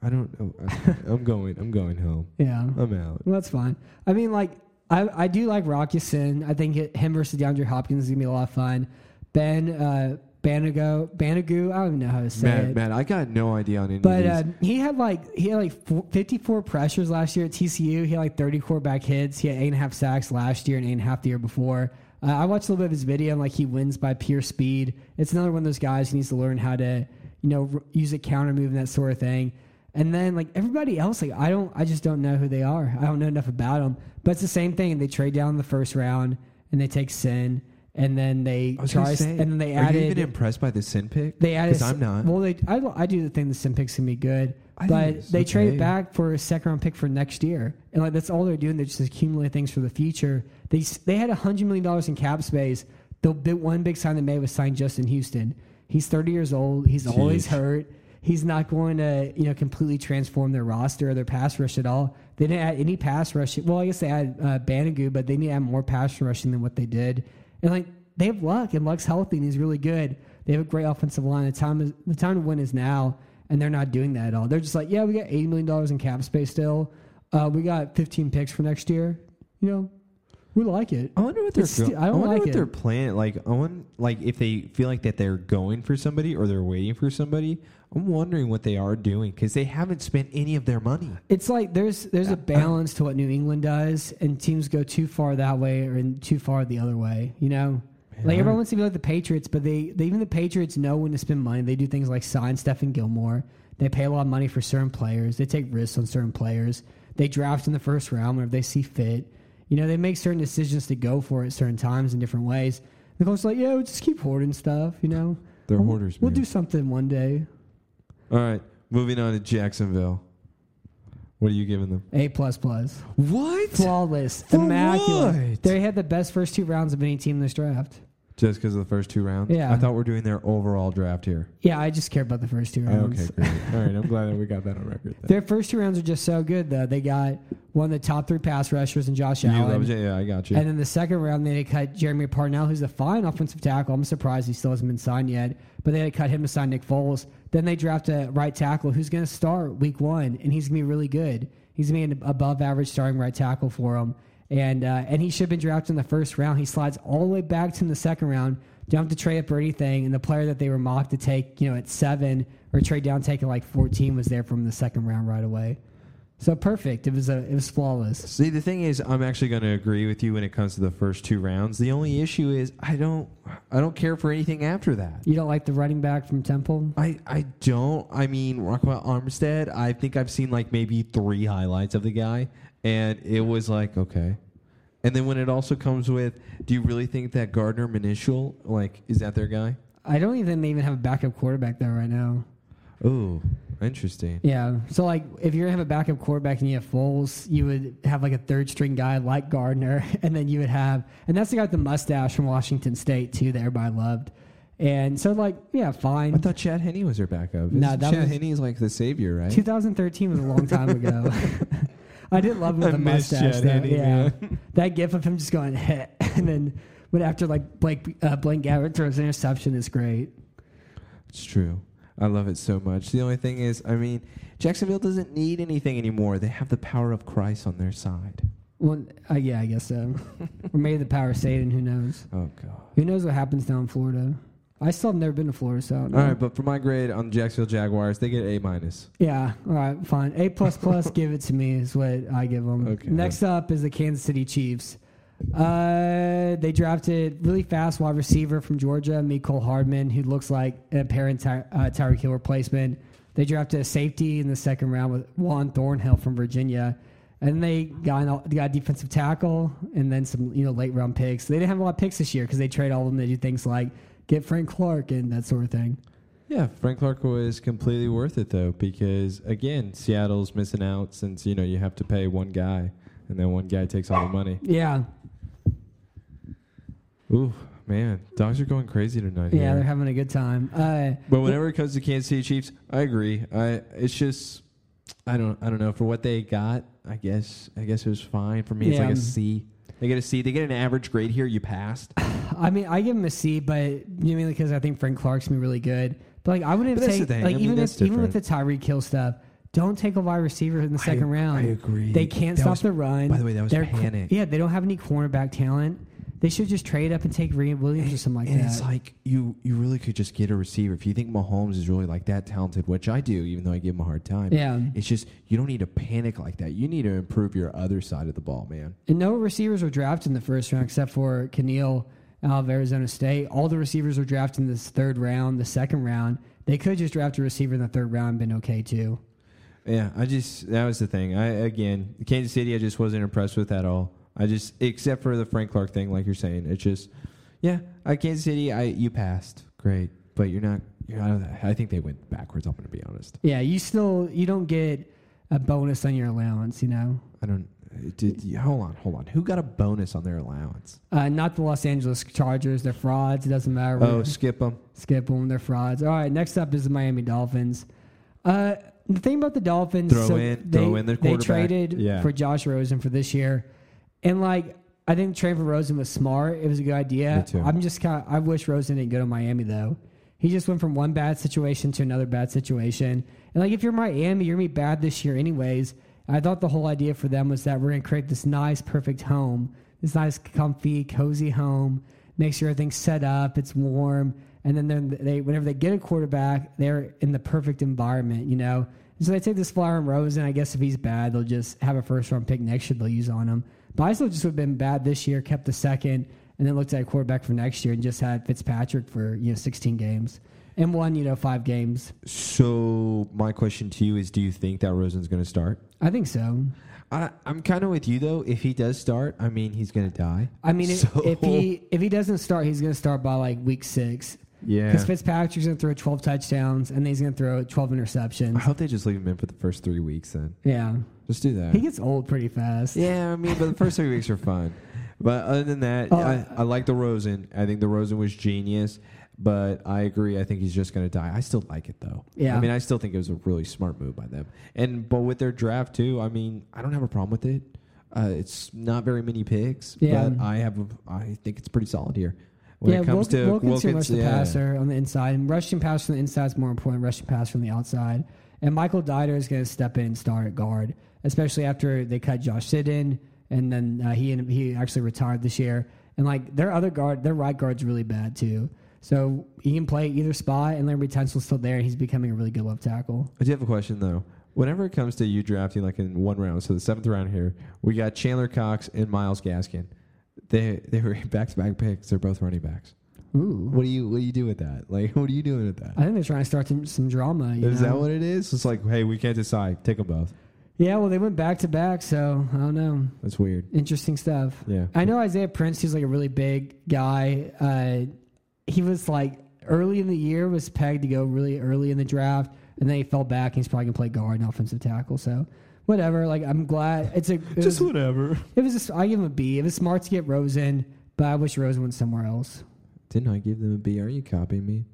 Speaker 2: I don't know. I- I'm going. I'm going home.
Speaker 1: Yeah,
Speaker 2: I'm out.
Speaker 1: well, that's fine. I mean, like I I do like Rocky Sin. I think it, him versus DeAndre Hopkins is gonna be a lot of fun. Ben uh, Banago Banagoo. I don't even know how to say
Speaker 2: Man,
Speaker 1: it.
Speaker 2: man, I got no idea on any
Speaker 1: But
Speaker 2: of these.
Speaker 1: um, he had like he had like four, 54 pressures last year at TCU. He had like 30 quarterback hits. He had eight and a half sacks last year and eight and a half the year before. Uh, I watched a little bit of his video and like he wins by pure speed. It's another one of those guys who needs to learn how to you know r- use a counter move and that sort of thing. And then like everybody else, like I don't, I just don't know who they are. I don't know enough about them. But it's the same thing. They trade down in the first round and they take Sin, and then they
Speaker 2: I was
Speaker 1: try,
Speaker 2: gonna say,
Speaker 1: and then they
Speaker 2: are
Speaker 1: added.
Speaker 2: you even impressed by the sin pick?
Speaker 1: They added.
Speaker 2: because I'm not.
Speaker 1: Well, they I, I do the thing the sim picks can be good,
Speaker 2: I think
Speaker 1: but
Speaker 2: it's
Speaker 1: they traded
Speaker 2: okay.
Speaker 1: back for a second round pick for next year, and like that's all they're doing. They're just accumulating things for the future. They s- they had hundred million dollars in cap space. The big, one big sign they made was sign Justin Houston. He's thirty years old. He's always
Speaker 2: Jeez.
Speaker 1: hurt. He's not going to you know completely transform their roster or their pass rush at all. They didn't add any pass rush. Well, I guess they added uh, Banigou, but they need to add more pass rushing than what they did. And like they have luck, and luck's healthy, and he's really good. They have a great offensive line. The time is the time to win is now, and they're not doing that at all. They're just like, yeah, we got eighty million dollars in cap space still. Uh, we got fifteen picks for next year. You know, we like it.
Speaker 2: I wonder what they're.
Speaker 1: It's sti-
Speaker 2: go-
Speaker 1: I don't
Speaker 2: wonder
Speaker 1: like
Speaker 2: what
Speaker 1: it.
Speaker 2: they're planning. Like, I want, like if they feel like that they're going for somebody or they're waiting for somebody. I'm wondering what they are doing because they haven't spent any of their money.
Speaker 1: It's like there's there's a balance to what New England does, and teams go too far that way or in too far the other way. You know, like everyone wants to be like the Patriots, but they, they even the Patriots know when to spend money. They do things like sign Stephen Gilmore. They pay a lot of money for certain players. They take risks on certain players. They draft in the first round whenever they see fit. You know, they make certain decisions to go for it at certain times in different ways. The coach's like, yeah, we'll just keep hoarding stuff. You know,
Speaker 2: They're
Speaker 1: We'll-
Speaker 2: hoarders,
Speaker 1: We'll
Speaker 2: man.
Speaker 1: do something one day.
Speaker 2: All right, moving on to Jacksonville. What are you giving them?
Speaker 1: A plus plus.
Speaker 2: What?
Speaker 1: Flawless.
Speaker 2: For
Speaker 1: immaculate.
Speaker 2: what?
Speaker 1: They had the best first two rounds of any team in this draft.
Speaker 2: Just because of the first two rounds?
Speaker 1: Yeah.
Speaker 2: I thought we're doing their overall draft here.
Speaker 1: Yeah, I just care about the first two rounds.
Speaker 2: Okay, great. All right, I'm glad that we got that on record. then.
Speaker 1: Their first two rounds are just so good, though. They got one of the top three pass rushers in Josh
Speaker 2: You
Speaker 1: Allen.
Speaker 2: love J- yeah, I got you.
Speaker 1: And then the second round, they had cut Jeremy Parnell, who's a fine offensive tackle. I'm surprised he still hasn't been signed yet. But they had cut him to sign Nick Foles. Then they draft a right tackle who's going to start week one, and he's going to be really good. He's going to be an above average starting right tackle for him. And, uh, and he should have been drafted in the first round. He slides all the way back to in the second round. Don't have to trade up or anything. And the player that they were mocked to take, you know, at seven or trade down taking like 14 was there from the second round right away. So perfect. It was a, it was flawless.
Speaker 2: See, the thing is, I'm actually going to agree with you when it comes to the first two rounds. The only issue is, I don't, I don't care for anything after that.
Speaker 1: You don't like the running back from Temple?
Speaker 2: I, I don't. I mean, Rockwell Armstead. I think I've seen like maybe three highlights of the guy, and it was like okay. And then when it also comes with, do you really think that Gardner Minshew, like, is that their guy?
Speaker 1: I don't even they even have a backup quarterback though right now.
Speaker 2: Ooh, interesting.
Speaker 1: Yeah. So like if you're gonna have a backup quarterback and you have Foles, you would have like a third string guy like Gardner, and then you would have and that's the guy with the mustache from Washington State too that everybody loved. And so like yeah, fine.
Speaker 2: I thought Chad Henney was their backup.
Speaker 1: No,
Speaker 2: Isn't
Speaker 1: that
Speaker 2: Chad
Speaker 1: was-
Speaker 2: Henney is like the savior, right?
Speaker 1: 2013 was a long time ago. I did love him with
Speaker 2: I
Speaker 1: the
Speaker 2: miss
Speaker 1: mustache.
Speaker 2: Chad
Speaker 1: Though.
Speaker 2: Henne,
Speaker 1: yeah,
Speaker 2: man.
Speaker 1: that gif of him just going hit, and then when after like Blake uh, Blake Gabbert throws an interception is great.
Speaker 2: It's true. I love it so much. The only thing is, I mean, Jacksonville doesn't need anything anymore. They have the power of Christ on their side.
Speaker 1: Well, uh, yeah, I guess so. or maybe the power of Satan. Who knows?
Speaker 2: Oh God.
Speaker 1: Who knows what happens down in Florida? I still have never been to Florida, so I don't
Speaker 2: All
Speaker 1: know.
Speaker 2: right, but for my grade on the Jacksonville Jaguars, they get A minus.
Speaker 1: yeah, all right, fine. A plus plus, give it to me is what I give them.
Speaker 2: Okay.
Speaker 1: Next up is the Kansas City Chiefs. Uh, they drafted really fast wide receiver from Georgia, Miko Hardman, who looks like an apparent Ty- uh, Tyreek Hill replacement. They drafted a safety in the second round with Juan Thornhill from Virginia, and they got an, they got a defensive tackle and then some you know late round picks. They didn't have a lot of picks this year because they trade all of them. They do things like get Frank Clark and that sort of thing.
Speaker 2: Yeah, Frank Clark was completely worth it though, because again, Seattle's missing out since you know you have to pay one guy, and then one guy takes all the money.
Speaker 1: Yeah,
Speaker 2: Ooh, man, dogs are going crazy tonight.
Speaker 1: yeah,
Speaker 2: here.
Speaker 1: they're having a good time. Uh,
Speaker 2: But whenever it comes to Kansas City Chiefs, I agree. I it's just I don't I don't know for what they got. I guess I guess it was fine for me. It's like
Speaker 1: Yeah.
Speaker 2: a C. They get a C. They get an average grade here. You passed.
Speaker 1: I mean, I give him a C, but you know, mainly because I think Frank Clark's been really good. But like, I wouldn't
Speaker 2: But that's
Speaker 1: take
Speaker 2: the thing.
Speaker 1: like
Speaker 2: I mean,
Speaker 1: even
Speaker 2: that's
Speaker 1: if, even with the Tyreek Kill stuff. Don't take a wide receiver in the second round.
Speaker 2: I agree.
Speaker 1: They can't
Speaker 2: That
Speaker 1: stop
Speaker 2: was-
Speaker 1: the run.
Speaker 2: by the way, that was
Speaker 1: They're-
Speaker 2: panic.
Speaker 1: Yeah, they don't have any cornerback talent. They should just trade up and take Reed Williams or something like
Speaker 2: and
Speaker 1: that.
Speaker 2: it's like you you really could just get a receiver if you think Mahomes is really like that talented, which I do, even though I give him a hard time.
Speaker 1: Yeah.
Speaker 2: it's just you don't need to panic like that. You need to improve your other side of the ball, man.
Speaker 1: and no receivers were drafted in the first round except for Keneal out of Arizona State. All the receivers were drafted in this third round, the second round. They could just draft a receiver in the third round and been okay too.
Speaker 2: Yeah, I just that was the thing. I again, Kansas City, I just wasn't impressed with at all. I just except for the Frank Clark thing, like you're saying, it's just yeah. I Kansas City, I you passed, great, but you're not. You're out of that. I think they went backwards. I'm gonna be honest.
Speaker 1: Yeah, you still you don't get a bonus on your allowance, you know.
Speaker 2: I don't. Did hold on, hold on. Who got a bonus on their allowance?
Speaker 1: Uh, not the Los Angeles Chargers. They're frauds. It doesn't matter.
Speaker 2: Oh, skip them.
Speaker 1: Skip them. They're frauds. All right. Next up is the Miami Dolphins. Uh, the thing about the Dolphins,
Speaker 2: Throw
Speaker 1: so
Speaker 2: in-
Speaker 1: they,
Speaker 2: throw in their
Speaker 1: they
Speaker 2: quarterback.
Speaker 1: traded
Speaker 2: Yeah.
Speaker 1: for Josh Rosen for this year, and like I think trade for Rosen was smart. It was a good idea.
Speaker 2: Me too.
Speaker 1: I'm just kind. of I wish Rosen didn't go to Miami though. He just went from one bad situation to another bad situation. And like if you're Miami, you're gonna be bad this year anyways. I thought the whole idea for them was that we're gonna create this nice, perfect home, this nice, comfy, cozy home. Make sure everything's set up, it's warm, and then they're- they whenever they get a quarterback, they're in the perfect environment, you know. And so they take this flyer on Rosen. I guess if he's bad, they'll just have a first round pick next year. They'll use on him. But I still just would have been bad this year, kept the second, and then looked at a quarterback for next year and just had Fitzpatrick for you know 16 games and won you know five games.
Speaker 2: So my question to you is: Do you think that Rosen's going to start?
Speaker 1: I think so.
Speaker 2: I, I'm kind of with you though. If he does start, I mean he's going to die.
Speaker 1: I mean, if
Speaker 2: So-
Speaker 1: if he if he doesn't start, he's going to start by like week six.
Speaker 2: Yeah.
Speaker 1: Because Fitzpatrick's going to throw 12 touchdowns and then he's going to throw 12
Speaker 2: I
Speaker 1: interceptions.
Speaker 2: hope they just leave him in for the first three weeks then.
Speaker 1: Yeah.
Speaker 2: Just do that.
Speaker 1: He gets old pretty fast.
Speaker 2: yeah, I mean, but the first three weeks are fun. But other than that,
Speaker 1: Oh,
Speaker 2: I, I like the Rosen. I think the Rosen was genius. But I agree. I think he's just going to die. I still like it though.
Speaker 1: Yeah.
Speaker 2: I mean, I still think it was a really smart move by them. And but with their draft too, I mean, I don't have a problem with it. Uh, it's not very many picks,
Speaker 1: Yeah.
Speaker 2: but I have. A, I think it's pretty solid here. When it comes
Speaker 1: Wilk-
Speaker 2: to
Speaker 1: Wilkins, who rushed the
Speaker 2: yeah.
Speaker 1: passer on the inside, and rushing pass from the inside is more important. than Rushing pass from the outside, and Michael Dieter is going to step in and start at guard, especially after they cut Josh Sidden, and then uh, he he actually retired this year. And like their other guard, their right guard's really bad too. So he can play either spot, and Larry Tensel's still there, and he's becoming a really good left tackle.
Speaker 2: I do have a question though. Whenever it comes to you drafting, like in one round, so the seventh round here, we got Chandler Cox and Miles Gaskin. They they were back to back picks. They're both running backs.
Speaker 1: Ooh,
Speaker 2: What do you what do you do with that? Like what are you doing with that?
Speaker 1: I um, think they're trying to start some, some drama. You
Speaker 2: Is
Speaker 1: know?
Speaker 2: that what it is? It's like, hey, we can't decide. Take them both.
Speaker 1: Yeah, well, they went back to back, so I don't know.
Speaker 2: That's weird.
Speaker 1: Interesting stuff.
Speaker 2: Yeah.
Speaker 1: I know Isaiah Prince, he's like a really big guy. Uh, he was like early in the year was pegged to go really early in the draft, and then he fell back and he's probably gonna play guard and offensive tackle. So whatever. Like I'm glad it's a it was,
Speaker 2: whatever.
Speaker 1: it was just, I give him a B. It was smart to get Rosen, but I wish Rosen went somewhere else.
Speaker 2: Didn't I give them a B? Are you copying me?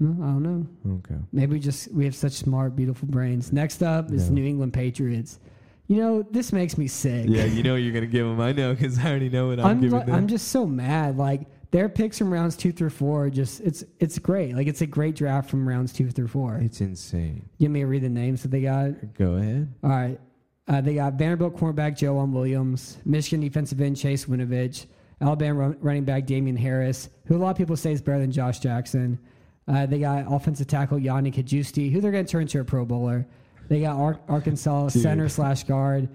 Speaker 1: No, I don't know.
Speaker 2: Okay.
Speaker 1: Maybe we just we have such smart, beautiful brains. Next up is
Speaker 2: No.
Speaker 1: New England Patriots. You know, this makes me sick.
Speaker 2: Yeah, you know you're gonna give them. I know because I already know what I'm,
Speaker 1: I'm,
Speaker 2: giving
Speaker 1: like-
Speaker 2: them.
Speaker 1: I'm just so mad. Like their picks from rounds two through four, are just it's it's great. Like it's a great draft from rounds two through four.
Speaker 2: it's insane.
Speaker 1: Give me a read the names that they got.
Speaker 2: Go ahead.
Speaker 1: All right, uh, they got Vanderbilt cornerback Joan Williams, Michigan defensive end Chase Winovich, Alabama run, running back Damian Harris, who a lot of people say is better than Josh Jackson. Uh, they got offensive tackle Yanni Kajusti, who they're going to turn into a Pro Bowler. They got Ar- Arkansas center slash guard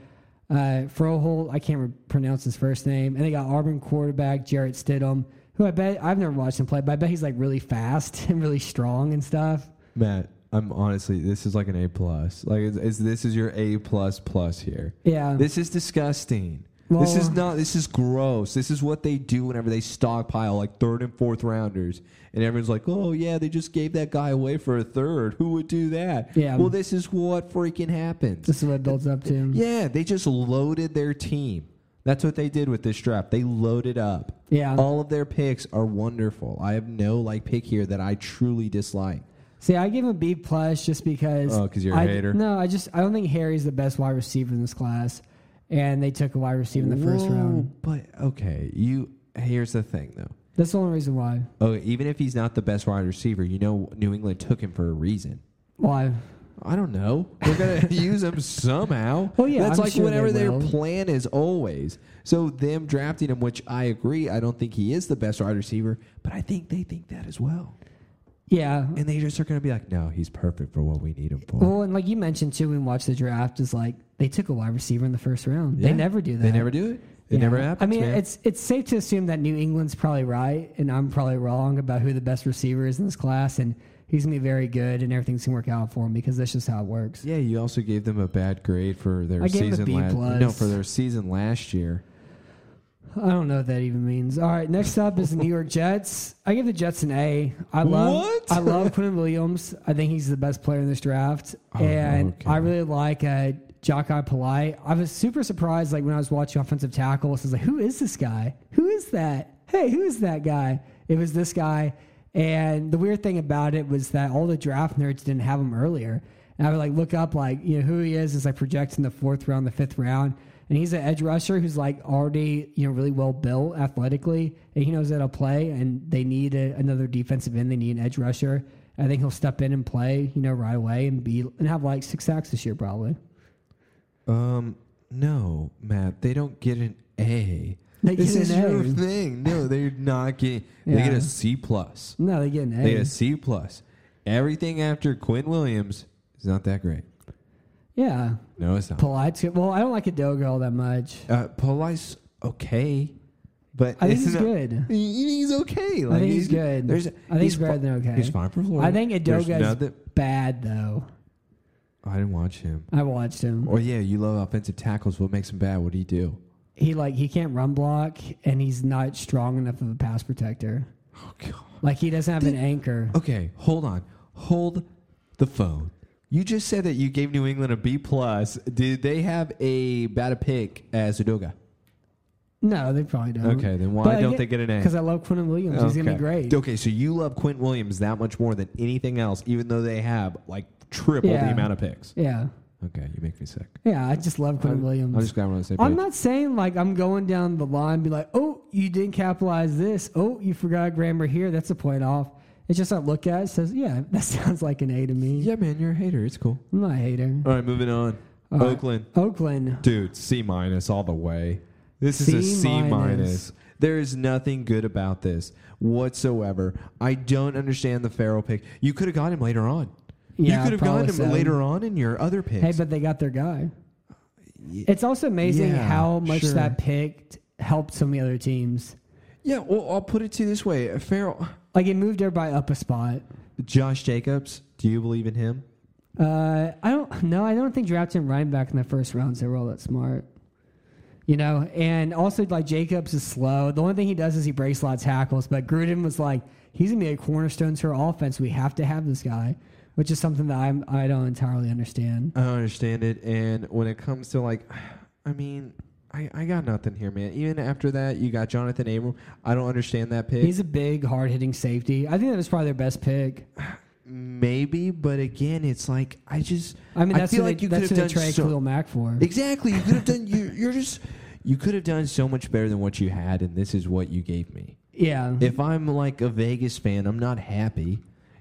Speaker 1: uh, Froholt. I can't re- pronounce his first name. And they got Auburn quarterback Jarrett Stidham, who I bet I've never watched him play, but I bet he's like really fast and really strong and stuff.
Speaker 2: Matt, I'm honestly, this is like an A plus. Like, it's, it's, this is your A plus plus here.
Speaker 1: Yeah.
Speaker 2: This is disgusting. this
Speaker 1: Well-
Speaker 2: is not. This is gross. This is what they do whenever they stockpile like third and fourth rounders, and everyone's like, "Oh yeah, they just gave that guy away for a third. Who would do that?"
Speaker 1: Yeah.
Speaker 2: Well, this is what freaking happens.
Speaker 1: This is what it builds up to.
Speaker 2: Yeah, they just loaded their team. That's what they did with this draft. They loaded up.
Speaker 1: Yeah.
Speaker 2: All of their picks are wonderful. I have no like pick here that I truly dislike.
Speaker 1: See, I give him a B plus just because.
Speaker 2: Oh, 'cause you're a
Speaker 1: I-
Speaker 2: hater.
Speaker 1: No, I just I don't think Harry's the best wide receiver in this class, and they took a wide receiver in the first
Speaker 2: Whoa,
Speaker 1: round.
Speaker 2: But okay, you here's the thing though.
Speaker 1: That's the only reason why.
Speaker 2: Oh, even if he's not the best wide receiver, you know New England took him for a reason.
Speaker 1: Why?
Speaker 2: I don't know. They're gonna use him somehow.
Speaker 1: Well, yeah,
Speaker 2: that's
Speaker 1: I'm
Speaker 2: like
Speaker 1: sure they
Speaker 2: whatever their
Speaker 1: will.
Speaker 2: plan is always. So them drafting him, which I agree, I don't think he is the best wide receiver, but I think they think that as well,
Speaker 1: Yeah.
Speaker 2: and they just are gonna be like, no, he's perfect for what we need him for.
Speaker 1: Well, and like you mentioned too, when we watched the draft, is like they took a wide receiver in the first round. They
Speaker 2: Yeah.
Speaker 1: never do that.
Speaker 2: They never do it. It
Speaker 1: Yeah.
Speaker 2: never happens.
Speaker 1: I mean,
Speaker 2: man.
Speaker 1: it's it's safe to assume that New England's probably right, and I'm probably wrong about who the best receiver is in this class, and he's gonna be very good, and everything's gonna work out for him because that's just how it works.
Speaker 2: Yeah, you also gave them a bad grade for their
Speaker 1: I gave them a
Speaker 2: season
Speaker 1: B
Speaker 2: last
Speaker 1: plus.
Speaker 2: No, for their season last year.
Speaker 1: I don't know what that even means. All right, next up is the New York Jets. I give the Jets an A. I love
Speaker 2: What?
Speaker 1: I love Quinn Williams. I think he's the best player in this draft,
Speaker 2: Oh,
Speaker 1: and
Speaker 2: okay.
Speaker 1: I really like uh, Jocko Polite. I was super surprised, like when I was watching offensive tackle, I was like, "Who is this guy? Who is that? Hey, who is that guy?" It was this guy, and the weird thing about it was that all the draft nerds didn't have him earlier. And I would like look up like you know who he is as I project in the fourth round, the fifth round, and he's an edge rusher who's like already you know really well built athletically, and he knows how to play. And they need a, another defensive end. They need an edge rusher. I think he'll step in and play you know right away and be and have like six sacks this year probably.
Speaker 2: Um, no, Matt, they don't get an A.
Speaker 1: They
Speaker 2: this
Speaker 1: get
Speaker 2: is
Speaker 1: an A.
Speaker 2: your thing. No, they're not getting. They
Speaker 1: Yeah.
Speaker 2: get a C plus.
Speaker 1: No, they get an A.
Speaker 2: They get a C plus. Everything after Quinn Williams is not that great.
Speaker 1: Yeah,
Speaker 2: No, it's not.
Speaker 1: Polite's good. Well, I don't like Adoga all that much.
Speaker 2: uh, Polite's okay, but
Speaker 1: I think
Speaker 2: it's
Speaker 1: he's
Speaker 2: not-
Speaker 1: good.
Speaker 2: He- He's okay.
Speaker 1: I
Speaker 2: Like,
Speaker 1: think he's good.
Speaker 2: There's,
Speaker 1: I think he's better
Speaker 2: fi-
Speaker 1: than okay.
Speaker 2: He's fine for Florida.
Speaker 1: I think
Speaker 2: There's
Speaker 1: Adoga is
Speaker 2: nothing-
Speaker 1: bad though.
Speaker 2: I didn't watch him.
Speaker 1: I watched him.
Speaker 2: Well, Oh, yeah, you love offensive tackles. What makes him bad? What do you do?
Speaker 1: He like he can't run block and he's not strong enough of a pass protector.
Speaker 2: Oh god.
Speaker 1: Like he doesn't have an anchor.
Speaker 2: Okay, hold on. Hold the phone. You just said that you gave New England a B plus. Did they have a bad pick as Udoga?
Speaker 1: No, they probably don't.
Speaker 2: Okay, then why don't they get an A?
Speaker 1: Because I love Quentin Williams. He's gonna be great.
Speaker 2: Okay, so you love Quint Williams that much more than anything else, even though they have like triple
Speaker 1: Yeah.
Speaker 2: the amount of picks.
Speaker 1: Yeah,
Speaker 2: Okay, you make me sick.
Speaker 1: yeah. I just love Quentin Williams.
Speaker 2: I'm just glad we're on the same page.
Speaker 1: I'm not saying like I'm going down the line, be like, oh, you didn't capitalize this. Oh, you forgot grammar here. That's a point off. It's just I look at it, it says, yeah, that sounds like an A to me.
Speaker 2: yeah, man, you're a hater. It's cool.
Speaker 1: I'm not a hater.
Speaker 2: All right, moving on.
Speaker 1: Uh,
Speaker 2: Oakland.
Speaker 1: Oakland.
Speaker 2: Dude, C minus all the way. This is a
Speaker 1: C
Speaker 2: C minus.
Speaker 1: minus.
Speaker 2: There is nothing good about this whatsoever. I don't understand the Farrell pick. You could have got him later on.
Speaker 1: Yeah,
Speaker 2: you could have gotten him
Speaker 1: probably so.
Speaker 2: later on in your other picks.
Speaker 1: Hey, but they got their guy. It's also amazing
Speaker 2: Yeah,
Speaker 1: how much
Speaker 2: sure.
Speaker 1: that picked helped so many other teams.
Speaker 2: yeah, well, I'll put it to you this way: Farrell,
Speaker 1: Like it moved everybody up a spot.
Speaker 2: Josh Jacobs. Do you believe in him?
Speaker 1: Uh, I don't no, I don't think drafting running back in the first rounds they were all that smart. You know, and also like Jacobs is slow. The only thing he does is he breaks a lot of tackles. But Gruden was like, he's gonna be a cornerstone to our offense. We have to have this guy, which is something that I'm I don't entirely understand.
Speaker 2: I don't understand it. And when it comes to like, I mean, I, I got nothing here, man. Even after that, you got Jonathan Abram. I don't understand that pick.
Speaker 1: He's a big, hard hitting safety. I think that was probably their best pick.
Speaker 2: Maybe, but again, it's like I just.
Speaker 1: I mean, that's
Speaker 2: feel
Speaker 1: who
Speaker 2: like
Speaker 1: they,
Speaker 2: you
Speaker 1: that's
Speaker 2: could
Speaker 1: who
Speaker 2: have
Speaker 1: they
Speaker 2: done
Speaker 1: traded
Speaker 2: so.
Speaker 1: Khalil Mack for.
Speaker 2: Exactly, you could have done. You, you're just. You could have done so much better than what you had, and this is what you gave me.
Speaker 1: yeah,
Speaker 2: If I'm like a Vegas fan, I'm not happy.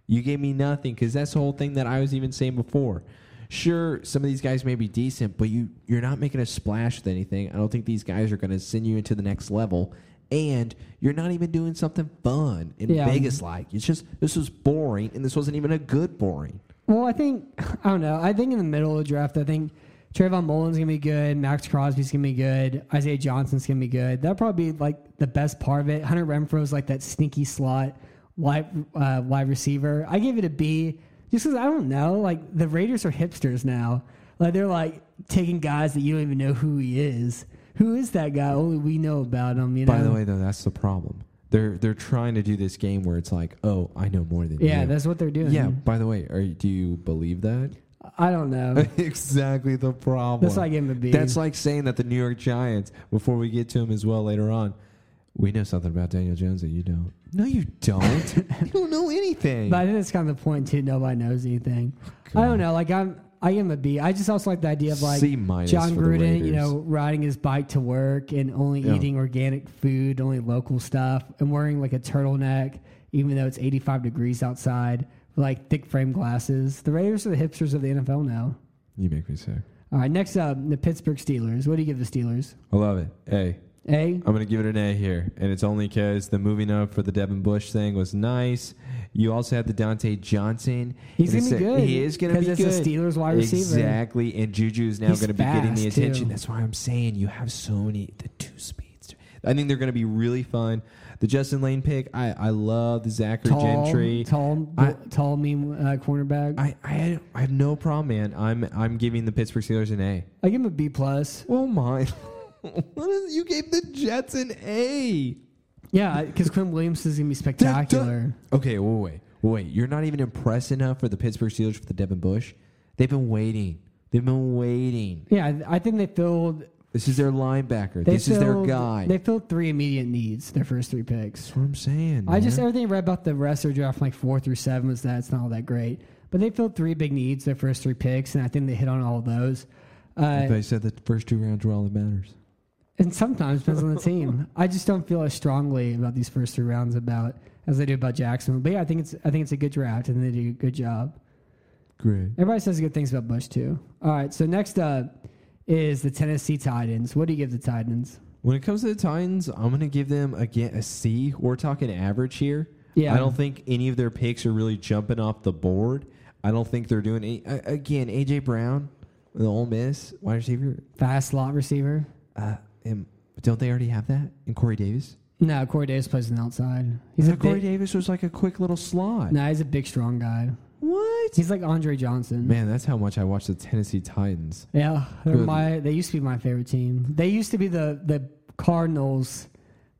Speaker 2: You gave me nothing because that's the whole thing that I was even saying before. Sure, some of these guys may be decent, but you you're not making a splash with anything. I don't think these guys are going to send you into the next level, and you're not even doing something fun in
Speaker 1: Yeah.
Speaker 2: Vegas like. It's just this was boring, and this wasn't even a good boring.
Speaker 1: Well, I think I don't know. I think in the middle of the draft, I think Trayvon Mullen's gonna be good. Max Crosby's gonna be good. Isaiah Johnson's gonna be good. That'll probably be like the best part of it. Hunter Renfro's like that sneaky slot wide uh, wide receiver. I gave it a B just because I don't know. Like the Raiders are hipsters now. Like they're like taking guys that you don't even know who he is. Who is that guy? Only we know about him. You know.
Speaker 2: By the way, though, that's the problem. They're they're trying to do this game where it's like, oh, I know more than you.
Speaker 1: yeah, that's what they're doing.
Speaker 2: Yeah. By the way, are, you- do you believe that?
Speaker 1: I don't know.
Speaker 2: exactly the problem.
Speaker 1: That's why I gave him a B.
Speaker 2: That's like saying that the New York Giants, before we get to him as well later on, we know something about Daniel Jones that you don't. No, you don't. you don't know anything.
Speaker 1: But I think that's kind of the point too. Nobody knows anything. I don't know. Like I'm, I am a B. I just also like the idea of like
Speaker 2: C minus
Speaker 1: John
Speaker 2: for the
Speaker 1: Gruden, you know,
Speaker 2: Raiders.
Speaker 1: riding his bike to work and only
Speaker 2: Yeah.
Speaker 1: eating organic food, only local stuff, and wearing like a turtleneck, even though it's 85 degrees outside, with, like thick frame glasses. The Raiders are the hipsters of the NFL now.
Speaker 2: you make me sick.
Speaker 1: All right, next up, the Pittsburgh Steelers. What do you give the Steelers?
Speaker 2: I love it. Hey,
Speaker 1: A.
Speaker 2: I'm going to give it an A here. And it's only because the moving up for the Devin Bush thing was nice. You also have the Dante Johnson.
Speaker 1: He's
Speaker 2: And
Speaker 1: gonna be
Speaker 2: it's-
Speaker 1: good,
Speaker 2: He is going to be
Speaker 1: 'cause
Speaker 2: good.
Speaker 1: it's a Steelers wide receiver.
Speaker 2: Exactly. And Juju's now
Speaker 1: He's
Speaker 2: going to be getting the
Speaker 1: fast, too.
Speaker 2: attention. That's why I'm saying you have so many, the two speeds. I think they're going to be really fun. The Justin Lane pick, I, I love the Zachary
Speaker 1: Tall,
Speaker 2: Gentry.
Speaker 1: tall,
Speaker 2: I-
Speaker 1: tall, mean uh, cornerback. I,
Speaker 2: I, I, I have no problem, man. I'm, I'm giving the Pittsburgh Steelers an A.
Speaker 1: give him a B plus.
Speaker 2: Oh, my. what is, you gave the Jets an A.
Speaker 1: Yeah, because Quinn Williams is gonna be
Speaker 2: That do-
Speaker 1: spectacular.
Speaker 2: Okay, well, wait, wait. You're not even impressed enough for the Pittsburgh Steelers for the Devin Bush. They've been waiting. They've been waiting.
Speaker 1: Yeah, I- I think they filled.
Speaker 2: This is their linebacker.
Speaker 1: They
Speaker 2: this
Speaker 1: filled,
Speaker 2: is their guy.
Speaker 1: They filled three immediate needs. Their first three picks.
Speaker 2: That's what I'm saying.
Speaker 1: I just
Speaker 2: man.
Speaker 1: everything I read about the rest of their draft, from like four through seven, was that it's not all that great. But they filled three big needs. Their first three picks, and I think they hit on all of those. Uh,
Speaker 2: They said the first two rounds were all that matters.
Speaker 1: and sometimes depends on the team. I just don't feel as strongly about these first three rounds about as I do about Jacksonville. But yeah, I think it's I think it's a good draft, and they did a good job.
Speaker 2: Great.
Speaker 1: Everybody says good things about Bush too. All right, so next up is the Tennessee Titans. What do you give the Titans?
Speaker 2: When it comes to the Titans, I'm going to give them again a C. We're talking average here.
Speaker 1: Yeah.
Speaker 2: I don't think any of their picks are really jumping off the board. I don't think they're doing any, a- again. AJ Brown, the Ole Miss wide receiver,
Speaker 1: Fast slot receiver.
Speaker 2: Uh, am- don't they already have that in Corey Davis?
Speaker 1: No, Corey Davis plays on the outside. He's
Speaker 2: Yeah,
Speaker 1: a
Speaker 2: Corey
Speaker 1: big,
Speaker 2: Davis was like a quick little slot.
Speaker 1: no, he's a big, strong guy.
Speaker 2: What?
Speaker 1: He's like Andre Johnson.
Speaker 2: Man, that's how much I watch the Tennessee Titans.
Speaker 1: Yeah, they're
Speaker 2: Good.
Speaker 1: my. They used to be my favorite team. They used to be the the Cardinals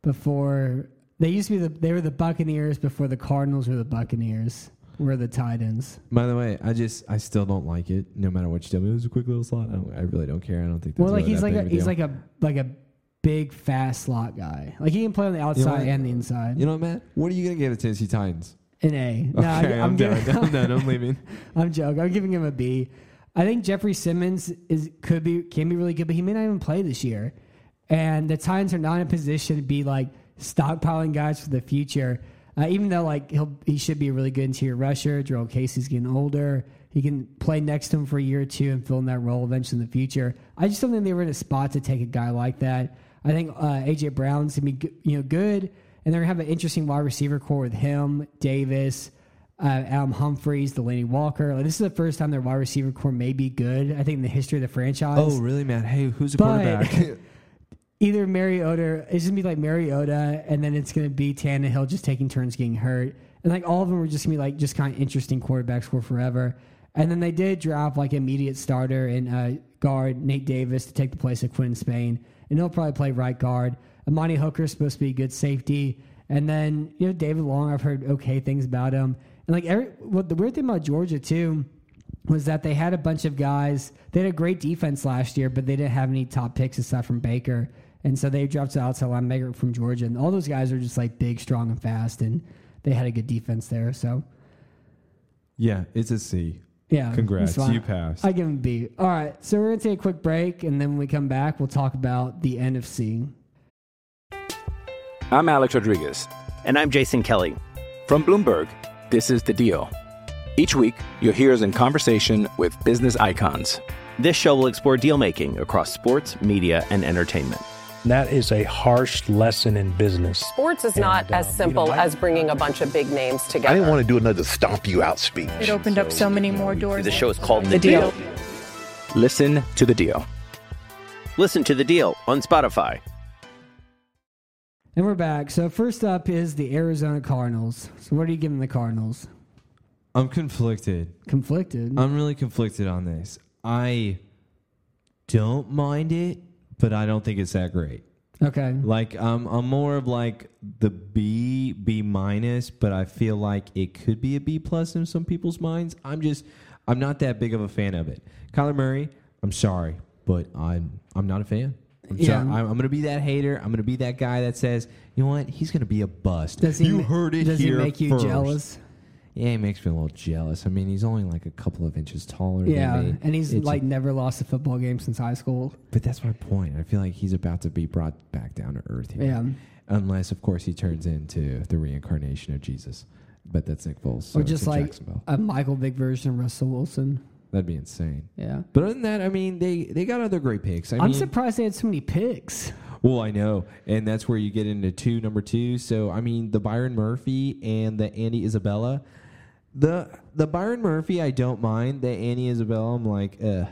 Speaker 1: before They used to be the they were the Buccaneers before the Cardinals were the Buccaneers. Were the tight ends.
Speaker 2: By the way, I just I still don't like it. No matter what you tell me, it was a quick little slot. I, don't, I really don't care. I don't think. That's
Speaker 1: Well, like
Speaker 2: really
Speaker 1: he's
Speaker 2: that
Speaker 1: like
Speaker 2: big
Speaker 1: a,
Speaker 2: of
Speaker 1: he's
Speaker 2: deal.
Speaker 1: like a like a big fast slot guy. Like he can play on the
Speaker 2: You know
Speaker 1: outside
Speaker 2: what?
Speaker 1: and the inside.
Speaker 2: You know what, Matt? What are you gonna give the Tennessee Titans?
Speaker 1: An A. No, I,
Speaker 2: okay,
Speaker 1: am
Speaker 2: I'm, done.
Speaker 1: giving,
Speaker 2: I'm done. I'm leaving.
Speaker 1: I'm joking. I'm giving him a B. I think Jeffrey Simmons is could be can be really good, but he may not even play this year. And the Titans are not in a position to be like stockpiling guys for the future. Uh, even though like he'll he should be a really good interior rusher. Jerome Casey's getting older. He can play next to him for a year or two and fill in that role eventually in the future. I just don't think they were in a spot to take a guy like that. I think uh, AJ Brown's gonna be g- you know good, and they're gonna have an interesting wide receiver core with him, Davis, uh, Adam Humphreys, Delaney Walker. Like, this is the first time their wide receiver core may be good. I think in the history of the franchise.
Speaker 2: Oh, really, Matt? Hey, who's the
Speaker 1: But-
Speaker 2: quarterback?
Speaker 1: Either Mariota, it's gonna be like Mariota, and then it's gonna be Tannehill just taking turns getting hurt, and like all of them were just gonna be like just kind of interesting quarterbacks for forever. And then they did draft like immediate starter and uh, guard Nate Davis to take the place of Quinn Spain, and he'll probably play right guard. Amani Hooker is supposed to be a good safety, and then you know David Long, I've heard okay things about him, and like every, what the weird thing about Georgia too was that they had a bunch of guys. They had a great defense last year, but they didn't have any top picks aside from Baker. And so they dropped an outside linebacker from Georgia. And all those guys are just like big, strong, and fast. And they had a good defense there. So,
Speaker 2: yeah, it's a C.
Speaker 1: yeah.
Speaker 2: Congrats,
Speaker 1: it's fine.
Speaker 2: you passed.
Speaker 1: I give him a B. All right. So we're going to take a quick break. And then when we come back, we'll talk about the NFC.
Speaker 3: I'm Alex Rodriguez.
Speaker 4: And I'm Jason Kelly.
Speaker 3: From Bloomberg, this is The Deal. Each week, you'll hear us in conversation with business icons.
Speaker 4: This show will explore deal making across sports, media, and entertainment.
Speaker 5: And that is a harsh lesson in business.
Speaker 6: Sports is not
Speaker 7: uh,
Speaker 6: as simple as bringing a bunch of big names together.
Speaker 7: I didn't want to do another stomp you out speech.
Speaker 8: It opened up so many more doors.
Speaker 4: The show is called The,
Speaker 6: Deal.
Speaker 3: Listen to The Deal.
Speaker 4: Listen to The Deal on Spotify.
Speaker 1: And we're back. So first up is the Arizona Cardinals. So what are you giving the Cardinals?
Speaker 2: I'm conflicted.
Speaker 1: Conflicted.
Speaker 2: I'm really conflicted on this. I don't mind it, but I don't think it's that great.
Speaker 1: okay.
Speaker 2: Like um, I'm more of like the B B minus, but I feel like it could be a B plus in some people's minds. I'm just I'm not that big of a fan of it. Kyler Murray, I'm sorry, but I'm I'm not a fan. I'm
Speaker 1: Yeah.
Speaker 2: sorry. I'm, I'm gonna be that hater. I'm gonna be that guy that says, you know what, he's gonna be a bust.
Speaker 1: Does he
Speaker 2: you
Speaker 1: ma-
Speaker 2: heard it
Speaker 1: Does
Speaker 2: here
Speaker 1: he make you
Speaker 2: first.
Speaker 1: jealous?
Speaker 2: Yeah, he makes me a little jealous. I mean, he's only like a couple of inches taller.
Speaker 1: Yeah,
Speaker 2: than me.
Speaker 1: and he's
Speaker 2: It's-
Speaker 1: like never lost a football game since high school.
Speaker 2: But that's my point. I feel like he's about to be brought back down to earth here.
Speaker 1: Yeah.
Speaker 2: Unless, of course, he turns into the reincarnation of Jesus. But that's Nick Foles. so
Speaker 1: or
Speaker 2: it's
Speaker 1: just
Speaker 2: in
Speaker 1: like
Speaker 2: Jacksonville.
Speaker 1: a Michael Vick version of Russell Wilson.
Speaker 2: That'd be insane.
Speaker 1: Yeah.
Speaker 2: But other than that, I mean, they, they got other great picks. I
Speaker 1: I am
Speaker 2: mean,
Speaker 1: surprised they had so many picks.
Speaker 2: well, I know, and that's where you get into two number two. So I mean, the Byron Murphy and the Andy Isabella, the the Byron Murphy I don't mind. The Andy Isabella, I'm like, ugh.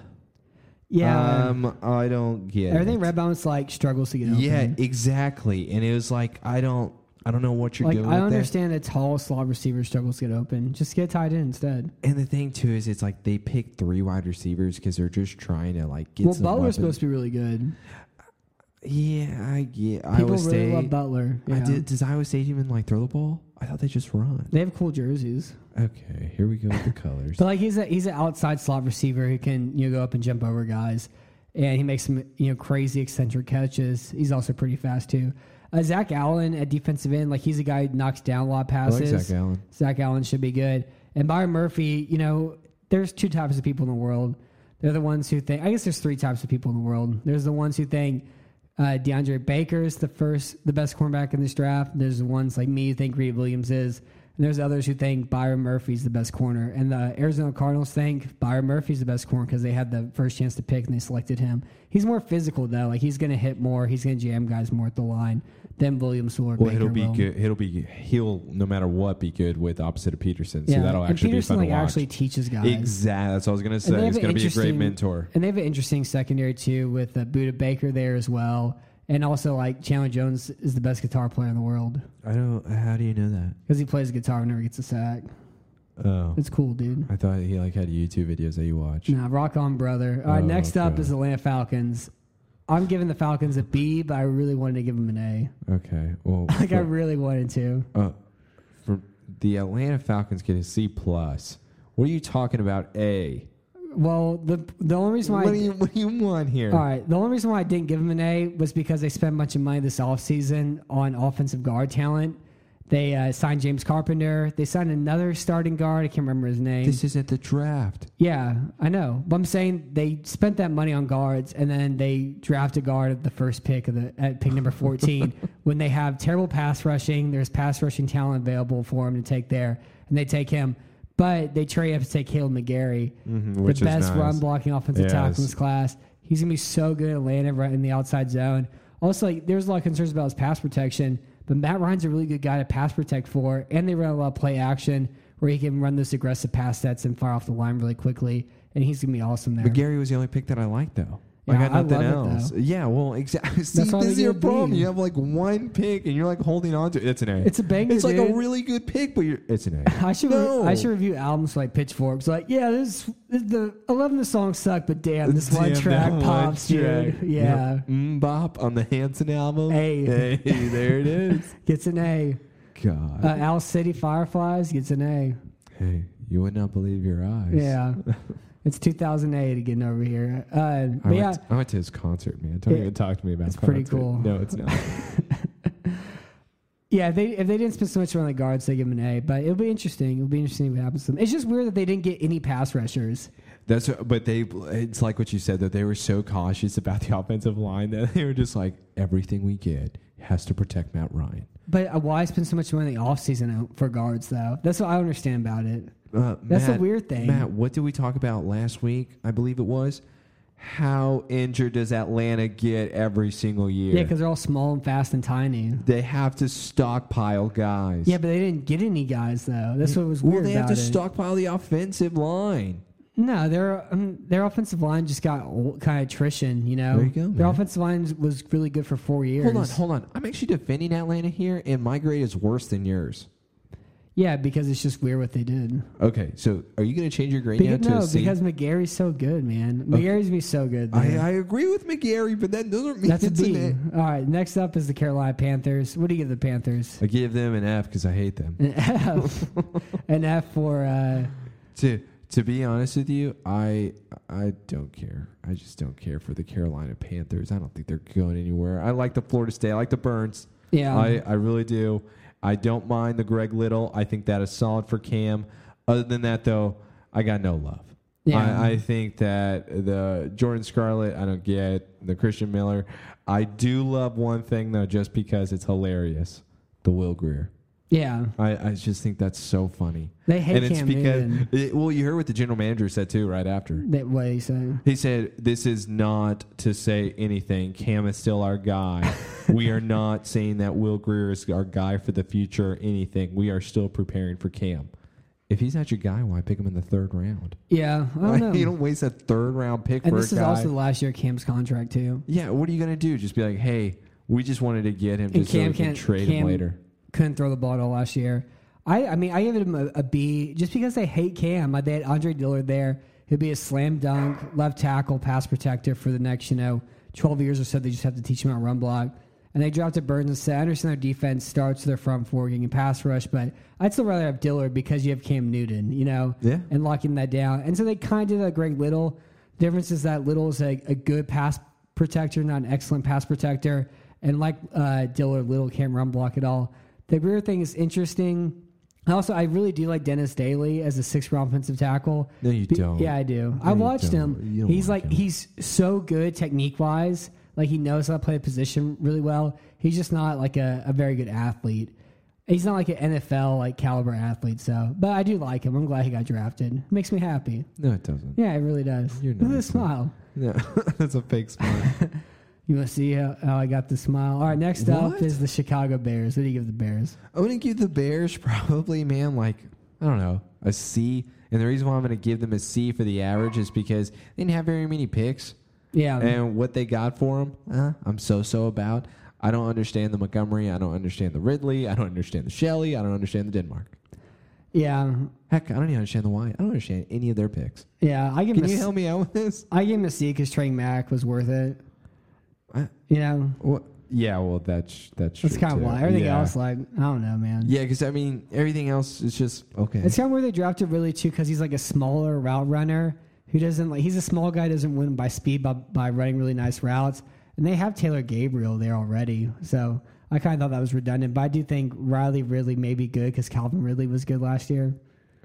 Speaker 1: Yeah.
Speaker 2: um, I don't get
Speaker 1: Everything
Speaker 2: it.
Speaker 1: Red Bounce like struggles to get open.
Speaker 2: Yeah, exactly. And it was like I don't I don't know what you're
Speaker 1: Like
Speaker 2: doing.
Speaker 1: I
Speaker 2: with that.
Speaker 1: understand that tall slot receiver struggles to get open. Just get tied in instead.
Speaker 2: And the thing too is it's like they pick three wide receivers because they're just trying to like get
Speaker 1: Well,
Speaker 2: some
Speaker 1: Butler's
Speaker 2: weapons.
Speaker 1: supposed to be really good.
Speaker 2: Yeah, I get
Speaker 1: People
Speaker 2: Iowa
Speaker 1: really
Speaker 2: State.
Speaker 1: love Butler.
Speaker 2: I
Speaker 1: Yeah.
Speaker 2: did, does Iowa State even like throw the ball? I thought they just run.
Speaker 1: They have cool jerseys,
Speaker 2: Okay, here we go with the colors.
Speaker 1: but like he's a he's an outside slot receiver who can you know go up and jump over guys, and he makes some you know crazy eccentric catches. He's also pretty fast too. Uh, Zach Allen at defensive end, like he's a guy who knocks down a lot of
Speaker 2: I like
Speaker 1: passes.
Speaker 2: Zach Allen.
Speaker 1: Zach Allen should be good. And Byron Murphy, you know, there's two types of people in the world. They're the ones who think, I guess there's three types of people in the world. There's the ones who think uh, DeAndre Baker is the first, the best cornerback in this draft. There's the ones like me who think Reed Williams is. And there's others who think Byron Murphy's the best corner. And the Arizona Cardinals think Byron Murphy's the best corner because they had the first chance to pick and they selected him. He's more physical, though. Like, he's going to hit more. He's going to jam guys more at the line than Williams will or
Speaker 2: Well,
Speaker 1: Baker
Speaker 2: it'll be
Speaker 1: will.
Speaker 2: good. It'll be he'll no matter what be good with opposite of Peterson. So that'll
Speaker 1: and
Speaker 2: actually
Speaker 1: Peterson,
Speaker 2: be
Speaker 1: like,
Speaker 2: fun to watch.
Speaker 1: actually teaches guys.
Speaker 2: exactly. That's what I was gonna
Speaker 1: And they
Speaker 2: say. He's
Speaker 1: have an
Speaker 2: gonna be a great
Speaker 1: interesting-
Speaker 2: mentor.
Speaker 1: And they have an interesting secondary too, with uh, Buda Baker there as well, and also like Chandler Jones is the best guitar player in the world
Speaker 2: I don't. How do you know that?
Speaker 1: because he plays guitar and never gets a sack.
Speaker 2: Oh,
Speaker 1: It's cool, dude.
Speaker 2: I thought he like had YouTube videos that you watch.
Speaker 1: Nah, rock on, brother. All right,
Speaker 2: Oh,
Speaker 1: next up
Speaker 2: okay.
Speaker 1: is the Atlanta Falcons. I'm giving the Falcons a B, but I really wanted to give them an A.
Speaker 2: Okay. Well,
Speaker 1: Like I
Speaker 2: for-
Speaker 1: really wanted to.
Speaker 2: Uh, for the Atlanta Falcons get a C plus. What are you talking about? A.
Speaker 1: Well, the the only reason why I
Speaker 2: What do you What do you want here?
Speaker 1: All right. The only reason why I didn't give them an A was because they spent a bunch of money this offseason on offensive guard talent. They uh, signed James Carpenter. They signed another starting guard. I can't remember his name.
Speaker 2: This isn't the draft.
Speaker 1: yeah, I know. But I'm saying they spent that money on guards, and then they draft a guard at the first pick of the at pick number 14 when they have terrible pass rushing. There's pass rushing talent available for them to take there, and they take him. But they trade up to take Caleb McGarry,
Speaker 2: Mm-hmm, which is
Speaker 1: the best
Speaker 2: nice.
Speaker 1: run blocking offensive
Speaker 2: Yes.
Speaker 1: tackle in this class. He's gonna be so good at Atlanta right in the outside zone. Also, like, there's a lot of concerns about his pass protection, but Matt Ryan's a really good guy to pass protect for, and they run a lot of play action where he can run those aggressive pass sets and fire off the line really quickly, and he's gonna be awesome there.
Speaker 2: But Gary was the only pick that I liked, though. I
Speaker 1: Yeah,
Speaker 2: got
Speaker 1: I
Speaker 2: nothing
Speaker 1: love it,
Speaker 2: else.
Speaker 1: though.
Speaker 2: yeah, well, exactly. See,
Speaker 1: why
Speaker 2: this
Speaker 1: we
Speaker 2: is
Speaker 1: get
Speaker 2: your
Speaker 1: a B.
Speaker 2: problem. You have like one pick, and you're like holding on to it. It's an A.
Speaker 1: It's a banger,
Speaker 2: It's like a
Speaker 1: dude.
Speaker 2: really good pick, but you're it's an A.
Speaker 1: I should
Speaker 2: No.
Speaker 1: I should review albums like Pitchforks. Like, yeah, this, this the eleven of the songs suck, but damn, this
Speaker 2: Damn,
Speaker 1: one
Speaker 2: that
Speaker 1: track
Speaker 2: one
Speaker 1: pops,
Speaker 2: track.
Speaker 1: dude. Yeah,
Speaker 2: Yep. Mm, Bop on the Hanson album.
Speaker 1: Hey.
Speaker 2: hey, there it is.
Speaker 1: gets an A.
Speaker 2: God,
Speaker 1: Uh, Al City Fireflies gets an A.
Speaker 2: hey, you would not believe your eyes.
Speaker 1: Yeah. It's 2008 again over here. Uh,
Speaker 2: I
Speaker 1: but
Speaker 2: went,
Speaker 1: yeah,
Speaker 2: I went to his concert, man. Don't
Speaker 1: Yeah.
Speaker 2: even talk to me about.
Speaker 1: It's pretty
Speaker 2: concert.
Speaker 1: cool.
Speaker 2: No, it's not.
Speaker 1: yeah. If they if they didn't spend so much on the guards, they give them an A. But it'll be interesting. It'll be interesting what happens to them. It's just weird that they didn't get any pass rushers.
Speaker 2: That's what, but they. It's like what you said that they were so cautious about the offensive line that they were just like everything we get has to protect Matt Ryan.
Speaker 1: But uh, why spend so much money in the offseason out for guards though? That's what I don't understand about it.
Speaker 2: Uh,
Speaker 1: That's the
Speaker 2: Matt-
Speaker 1: weird thing.
Speaker 2: Matt, what did we talk about last week? I believe it was how injured does Atlanta get every single year?
Speaker 1: Yeah, because they're all small and fast and tiny.
Speaker 2: they have to stockpile guys.
Speaker 1: Yeah, but they didn't get any guys though. That's what was
Speaker 2: well,
Speaker 1: weird.
Speaker 2: they have to
Speaker 1: about it.
Speaker 2: stockpile the offensive line.
Speaker 1: No, their um, their offensive line just got old, kind of attrition. You know,
Speaker 2: There you go,
Speaker 1: their
Speaker 2: man.
Speaker 1: offensive line was really good for four years.
Speaker 2: Hold on, hold on. I'm actually defending Atlanta here, and my grade is worse than yours.
Speaker 1: Yeah, because it's just weird what they did.
Speaker 2: Okay, so are you going to change your grade
Speaker 1: Because,
Speaker 2: now to
Speaker 1: no,
Speaker 2: a C?
Speaker 1: because McGarry's so good, man. McGarry's be so good.
Speaker 2: I,
Speaker 1: man.
Speaker 2: I agree with McGarry, but that doesn't mean
Speaker 1: That's a
Speaker 2: it's an
Speaker 1: B. All right, next up is the Carolina Panthers. What do you give the Panthers?
Speaker 2: I give them an F because I hate them.
Speaker 1: An F. An F for. Uh,
Speaker 2: to to be honest with you, I I don't care. I just don't care for the Carolina Panthers. I don't think they're going anywhere. I like the Florida State. I like the Burns.
Speaker 1: Yeah.
Speaker 2: I, I really do. I don't mind the Greg Little. I think that is solid for Cam. Other than that, though, I got no love.
Speaker 1: Yeah.
Speaker 2: I, I think that the Jordan Scarlett, I don't get the Christian Miller. I do love one thing though, just because it's hilarious. The Will Greer.
Speaker 1: yeah,
Speaker 2: I, I just think that's so funny.
Speaker 1: They hate
Speaker 2: and it's
Speaker 1: Cam
Speaker 2: because
Speaker 1: Newton.
Speaker 2: it- well, you heard what the general manager said too right after.
Speaker 1: that way. So
Speaker 2: He said, "This is not to say anything. Cam is still our guy. we are not saying that Will Greer is our guy for the future or anything. We are still preparing for Cam. If he's not your guy, why pick him in the third round?
Speaker 1: yeah, I don't know.
Speaker 2: you don't waste a third round pick
Speaker 1: and
Speaker 2: for
Speaker 1: this
Speaker 2: a
Speaker 1: is
Speaker 2: guy.
Speaker 1: also the last year of Cam's contract too.
Speaker 2: yeah, what are you gonna do? Just be like, hey, we just wanted to get him
Speaker 1: And
Speaker 2: just so
Speaker 1: Cam
Speaker 2: we can
Speaker 1: can't
Speaker 2: trade
Speaker 1: Cam
Speaker 2: him later.
Speaker 1: Couldn't throw the ball at all last year. I, I mean, I give him a, a B just because they hate Cam. Like, They had Andre Dillard there. He'll be a slam dunk, left tackle, pass protector for the next, you know, 12 years or so. They just have to teach him how to run block. And they dropped to Burns and said, I understand their defense starts their front four getting a pass rush, but I'd still rather have Dillard because you have Cam Newton, you know,
Speaker 2: Yeah.
Speaker 1: and locking that down. And so they kind of did that Greg Little. difference is that Little is a, a good pass protector, not an excellent pass protector. And like uh, Dillard, Little can't run block at all. The rear thing is interesting. Also, I really do like Dennis Daly as a sixth round offensive tackle.
Speaker 2: No, you don't.
Speaker 1: Yeah, I do. I
Speaker 2: you
Speaker 1: watched
Speaker 2: don't. You
Speaker 1: him.
Speaker 2: don't
Speaker 1: He's
Speaker 2: like
Speaker 1: like
Speaker 2: him.
Speaker 1: he's so good technique wise. Like he knows how to play the position really well. He's just not like a, a very good athlete. He's not like an NFL like caliber athlete. So, but I do like him. I'm glad he got drafted. Makes me happy.
Speaker 2: No, it doesn't.
Speaker 1: Yeah, it really does.
Speaker 2: You're
Speaker 1: Look at the
Speaker 2: nice,
Speaker 1: smile.
Speaker 2: No, that's a fake smile.
Speaker 1: You want to see how, how I got the smile? All right, next up
Speaker 2: What?
Speaker 1: is the Chicago Bears. What do you give the Bears?
Speaker 2: I'm gonna give the Bears probably, man, like I don't know, a C. And the reason why I'm gonna give them a C for the average is because they didn't have very many picks,
Speaker 1: Yeah, Uh-huh.
Speaker 2: and what they got for them, uh, I'm so so about. I don't understand the Montgomery. I don't understand the Ridley. I don't understand the Shelley. I don't understand the Denmark.
Speaker 1: yeah,
Speaker 2: Heck, I don't even understand the Wyatt. I don't understand any of their picks.
Speaker 1: yeah. I give.
Speaker 2: Can
Speaker 1: him a
Speaker 2: you
Speaker 1: s-
Speaker 2: help me out with this?
Speaker 1: I gave him a C because Trey Mack was worth it. You know,
Speaker 2: Well, yeah, well, that's that's
Speaker 1: that's
Speaker 2: true,
Speaker 1: kind of
Speaker 2: too.
Speaker 1: why. Everything
Speaker 2: Yeah.
Speaker 1: else, like, I don't know, man.
Speaker 2: Yeah, because I mean, everything else is just okay.
Speaker 1: It's kind of where they drafted really too, because he's like a smaller route runner who doesn't like. He's a small guy, doesn't win by speed by, by running really nice routes, and they have Taylor Gabriel there already. So I kind of thought that was redundant, but I do think Riley Ridley may be good because Calvin Ridley was good last year.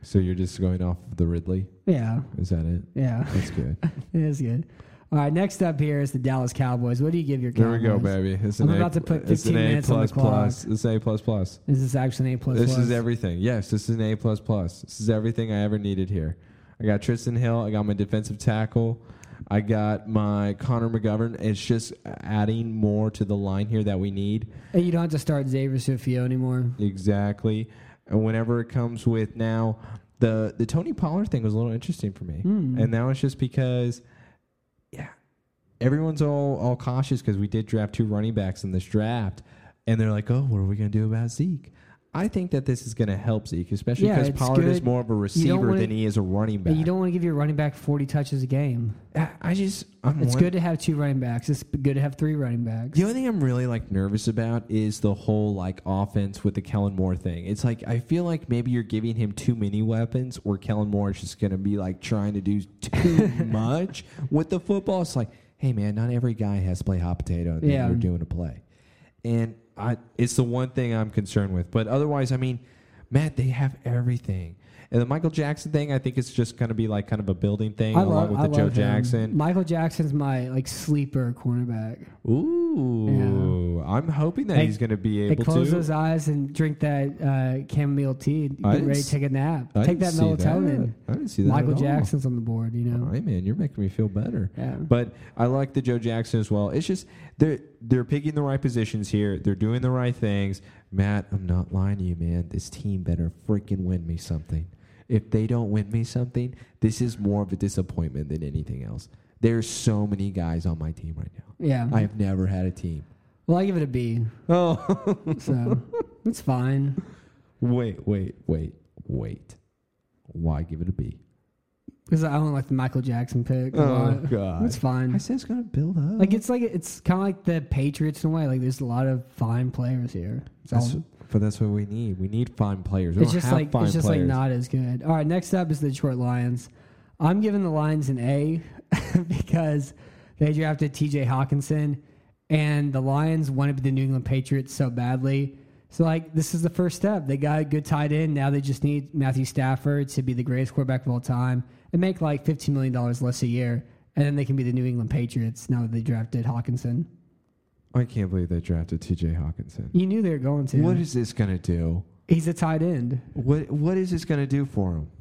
Speaker 2: so you're just going off of the Ridley?
Speaker 1: Yeah,
Speaker 2: Is that it?
Speaker 1: yeah,
Speaker 2: That's good.
Speaker 1: it is good. All right, next up here is the Dallas Cowboys. What do you give your?
Speaker 2: there
Speaker 1: Cowboys?
Speaker 2: we go, baby. It's
Speaker 1: I'm
Speaker 2: an
Speaker 1: about
Speaker 2: a,
Speaker 1: to put
Speaker 2: it's
Speaker 1: 15
Speaker 2: an
Speaker 1: minutes
Speaker 2: a
Speaker 1: on the
Speaker 2: plus plus.
Speaker 1: clock.
Speaker 2: It's an A plus plus.
Speaker 1: Is this actually an A plus?
Speaker 2: This
Speaker 1: plus?
Speaker 2: is everything. Yes, this is an A plus plus. This is everything I ever needed here. I got Tristan Hill. I got my defensive tackle. I got my Connor McGovern. It's just adding more to the line here that we need.
Speaker 1: And you don't have to start Xavier Sufio anymore.
Speaker 2: Exactly. And whenever it comes with now, the the Tony Pollard thing was a little interesting for me,
Speaker 1: Hmm.
Speaker 2: and that was just because, yeah, everyone's all all cautious because we did draft two running backs in this draft, and they're like, oh, what are we gonna do about Zeke? I think that this is gonna help Zeke, especially
Speaker 1: Yeah,
Speaker 2: because
Speaker 1: it's
Speaker 2: Pollard is
Speaker 1: good.
Speaker 2: more of a
Speaker 1: You don't
Speaker 2: receiver
Speaker 1: wanna-
Speaker 2: than he is a running back.
Speaker 1: And you don't want to give your running back 40 touches a game.
Speaker 2: I I just, I'm
Speaker 1: It's
Speaker 2: won-
Speaker 1: good to have two running backs. It's good to have three running backs.
Speaker 2: The only thing I'm really like nervous about is the whole like offense with the Kellen Moore thing. It's like I feel like maybe you're giving him too many weapons, or Kellen Moore is just gonna be like trying to do too much with the football. It's like, hey man, not every guy has to play hot potato and
Speaker 1: Yeah.
Speaker 2: you're doing a play. And I, it's the one thing I'm concerned with. But otherwise, I mean, Matt, they have everything. And the Michael Jackson thing, I think it's just gonna be like kind of a building thing
Speaker 1: I
Speaker 2: along
Speaker 1: love,
Speaker 2: with
Speaker 1: I
Speaker 2: the Joe
Speaker 1: love him.
Speaker 2: Jackson.
Speaker 1: Michael Jackson's my like sleeper cornerback.
Speaker 2: Ooh, I'm hoping that
Speaker 1: Hey,
Speaker 2: he's going to be
Speaker 1: They
Speaker 2: able
Speaker 1: close
Speaker 2: to.
Speaker 1: those eyes and drink that uh, chamomile tea. and
Speaker 2: I
Speaker 1: Get
Speaker 2: didn't
Speaker 1: ready to
Speaker 2: s-
Speaker 1: take a nap.
Speaker 2: I
Speaker 1: take
Speaker 2: didn't
Speaker 1: that
Speaker 2: see that.
Speaker 1: melatonin.
Speaker 2: I didn't see that
Speaker 1: Michael
Speaker 2: at all.
Speaker 1: Jackson's on the board. You know.
Speaker 2: All right, man, you're making me feel better.
Speaker 1: Yeah.
Speaker 2: But I like the Joe Jackson as well. It's just they're they're picking the right positions here. They're doing the right things. Matt, I'm not lying to you, man. This team better freaking win me something. If they don't win me something, this is more of a disappointment than anything else. There's so many guys on my team right now.
Speaker 1: Yeah.
Speaker 2: I have never had a team.
Speaker 1: well, I give it a B.
Speaker 2: Oh,
Speaker 1: So it's fine.
Speaker 2: wait, wait, wait, wait. Why give it a B?
Speaker 1: Because I don't like the Michael Jackson pick. a
Speaker 2: Oh,
Speaker 1: lot.
Speaker 2: God.
Speaker 1: It's fine.
Speaker 2: I said it's gonna build up.
Speaker 1: Like it's like it's kind of like the Patriots in a way. Like there's a lot of fine players here. It's
Speaker 2: That's-
Speaker 1: all-
Speaker 2: but that's what we need. We need fine players. We
Speaker 1: it's
Speaker 2: don't
Speaker 1: just
Speaker 2: have
Speaker 1: like
Speaker 2: fine
Speaker 1: it's just like
Speaker 2: players.
Speaker 1: not as good. All right, next up is the Detroit Lions. I'm giving the Lions an A because they drafted T.J. Hawkinson, and the Lions want to be the New England Patriots so badly. So like this is the first step. They got a good tight end. Now they just need Matthew Stafford to be the greatest quarterback of all time and make like 15 million dollars less a year, and then they can be the New England Patriots now that they drafted Hawkinson.
Speaker 2: I can't believe they drafted T.J. Hawkinson.
Speaker 1: You knew they were going to.
Speaker 2: What is this gonna do?
Speaker 1: He's a tight end.
Speaker 2: What What is this gonna do for him?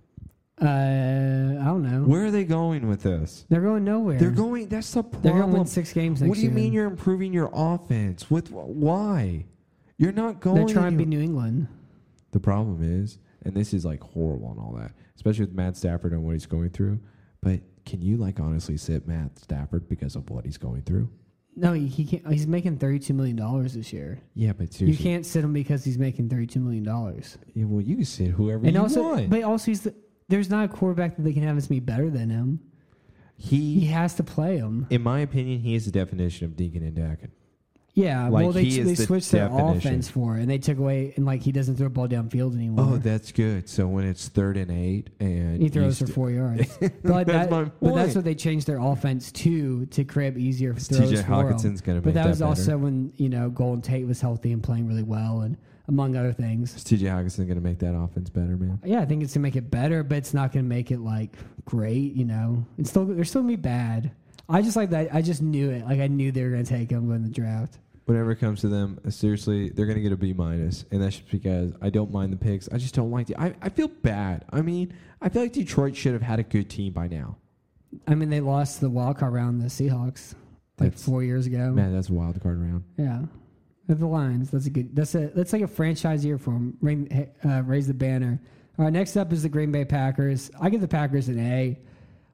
Speaker 1: Uh, I don't know.
Speaker 2: Where are they going with this?
Speaker 1: They're going nowhere.
Speaker 2: They're going. That's the problem.
Speaker 1: They're gonna win six games
Speaker 2: What
Speaker 1: next
Speaker 2: do you
Speaker 1: year.
Speaker 2: mean you're improving your offense? With why? You're not going.
Speaker 1: They're trying to be
Speaker 2: anywhere.
Speaker 1: New England.
Speaker 2: The problem is, and this is like horrible and all that, especially with Matt Stafford and what he's going through. But can you like honestly sit Matt Stafford because of what he's going through?
Speaker 1: No, he, he can't. He's making thirty-two million dollars this year.
Speaker 2: Yeah, but
Speaker 1: You
Speaker 2: seriously,
Speaker 1: can't sit him because he's making thirty-two million dollars.
Speaker 2: Yeah, well, you can sit whoever
Speaker 1: And
Speaker 2: you
Speaker 1: also,
Speaker 2: want.
Speaker 1: but also, he's the, there's not a quarterback that they can have that's be better than him. He
Speaker 2: he,
Speaker 1: has to play him.
Speaker 2: in my opinion, he is the definition of Deacon and Dakin.
Speaker 1: Yeah.
Speaker 2: Like,
Speaker 1: well, they,
Speaker 2: he is
Speaker 1: they
Speaker 2: the
Speaker 1: switched their
Speaker 2: definition.
Speaker 1: offense for, it, and they took away and like he doesn't throw ball downfield anymore.
Speaker 2: Oh, that's good. So when it's third and eight, and
Speaker 1: He throws for
Speaker 2: st-
Speaker 1: four yards. But,
Speaker 2: That's
Speaker 1: that,
Speaker 2: my
Speaker 1: but that's
Speaker 2: point.
Speaker 1: what they changed their offense to to crib easier for throws.
Speaker 2: TJ
Speaker 1: for him.
Speaker 2: Hawkinson's gonna
Speaker 1: But
Speaker 2: make
Speaker 1: that
Speaker 2: that
Speaker 1: was also
Speaker 2: better.
Speaker 1: when you know Golden Tate was healthy and playing really well, and among other things.
Speaker 2: Is T.J. Hawkinson going to make that offense better, man?
Speaker 1: Yeah, I think it's gonna make it better, but it's not gonna make it like great. You know, it's still they're still gonna be bad. I just like that. I just knew it. Like I knew they were gonna take him in the draft.
Speaker 2: Whenever it comes to them, uh, seriously, they're going to get a B minus, and that's just because I don't mind the picks. I just don't like the. I, I feel bad. I mean, I feel like Detroit should have had a good team by now.
Speaker 1: I mean, they lost the wild card round to the Seahawks like
Speaker 2: That's-
Speaker 1: four years ago.
Speaker 2: Man, that's a wild card round.
Speaker 1: Yeah. The Lions. That's a good. That's a. That's like a franchise year for them. Ring, uh, raise the banner. All right. Next up is the Green Bay Packers. I give the Packers an A.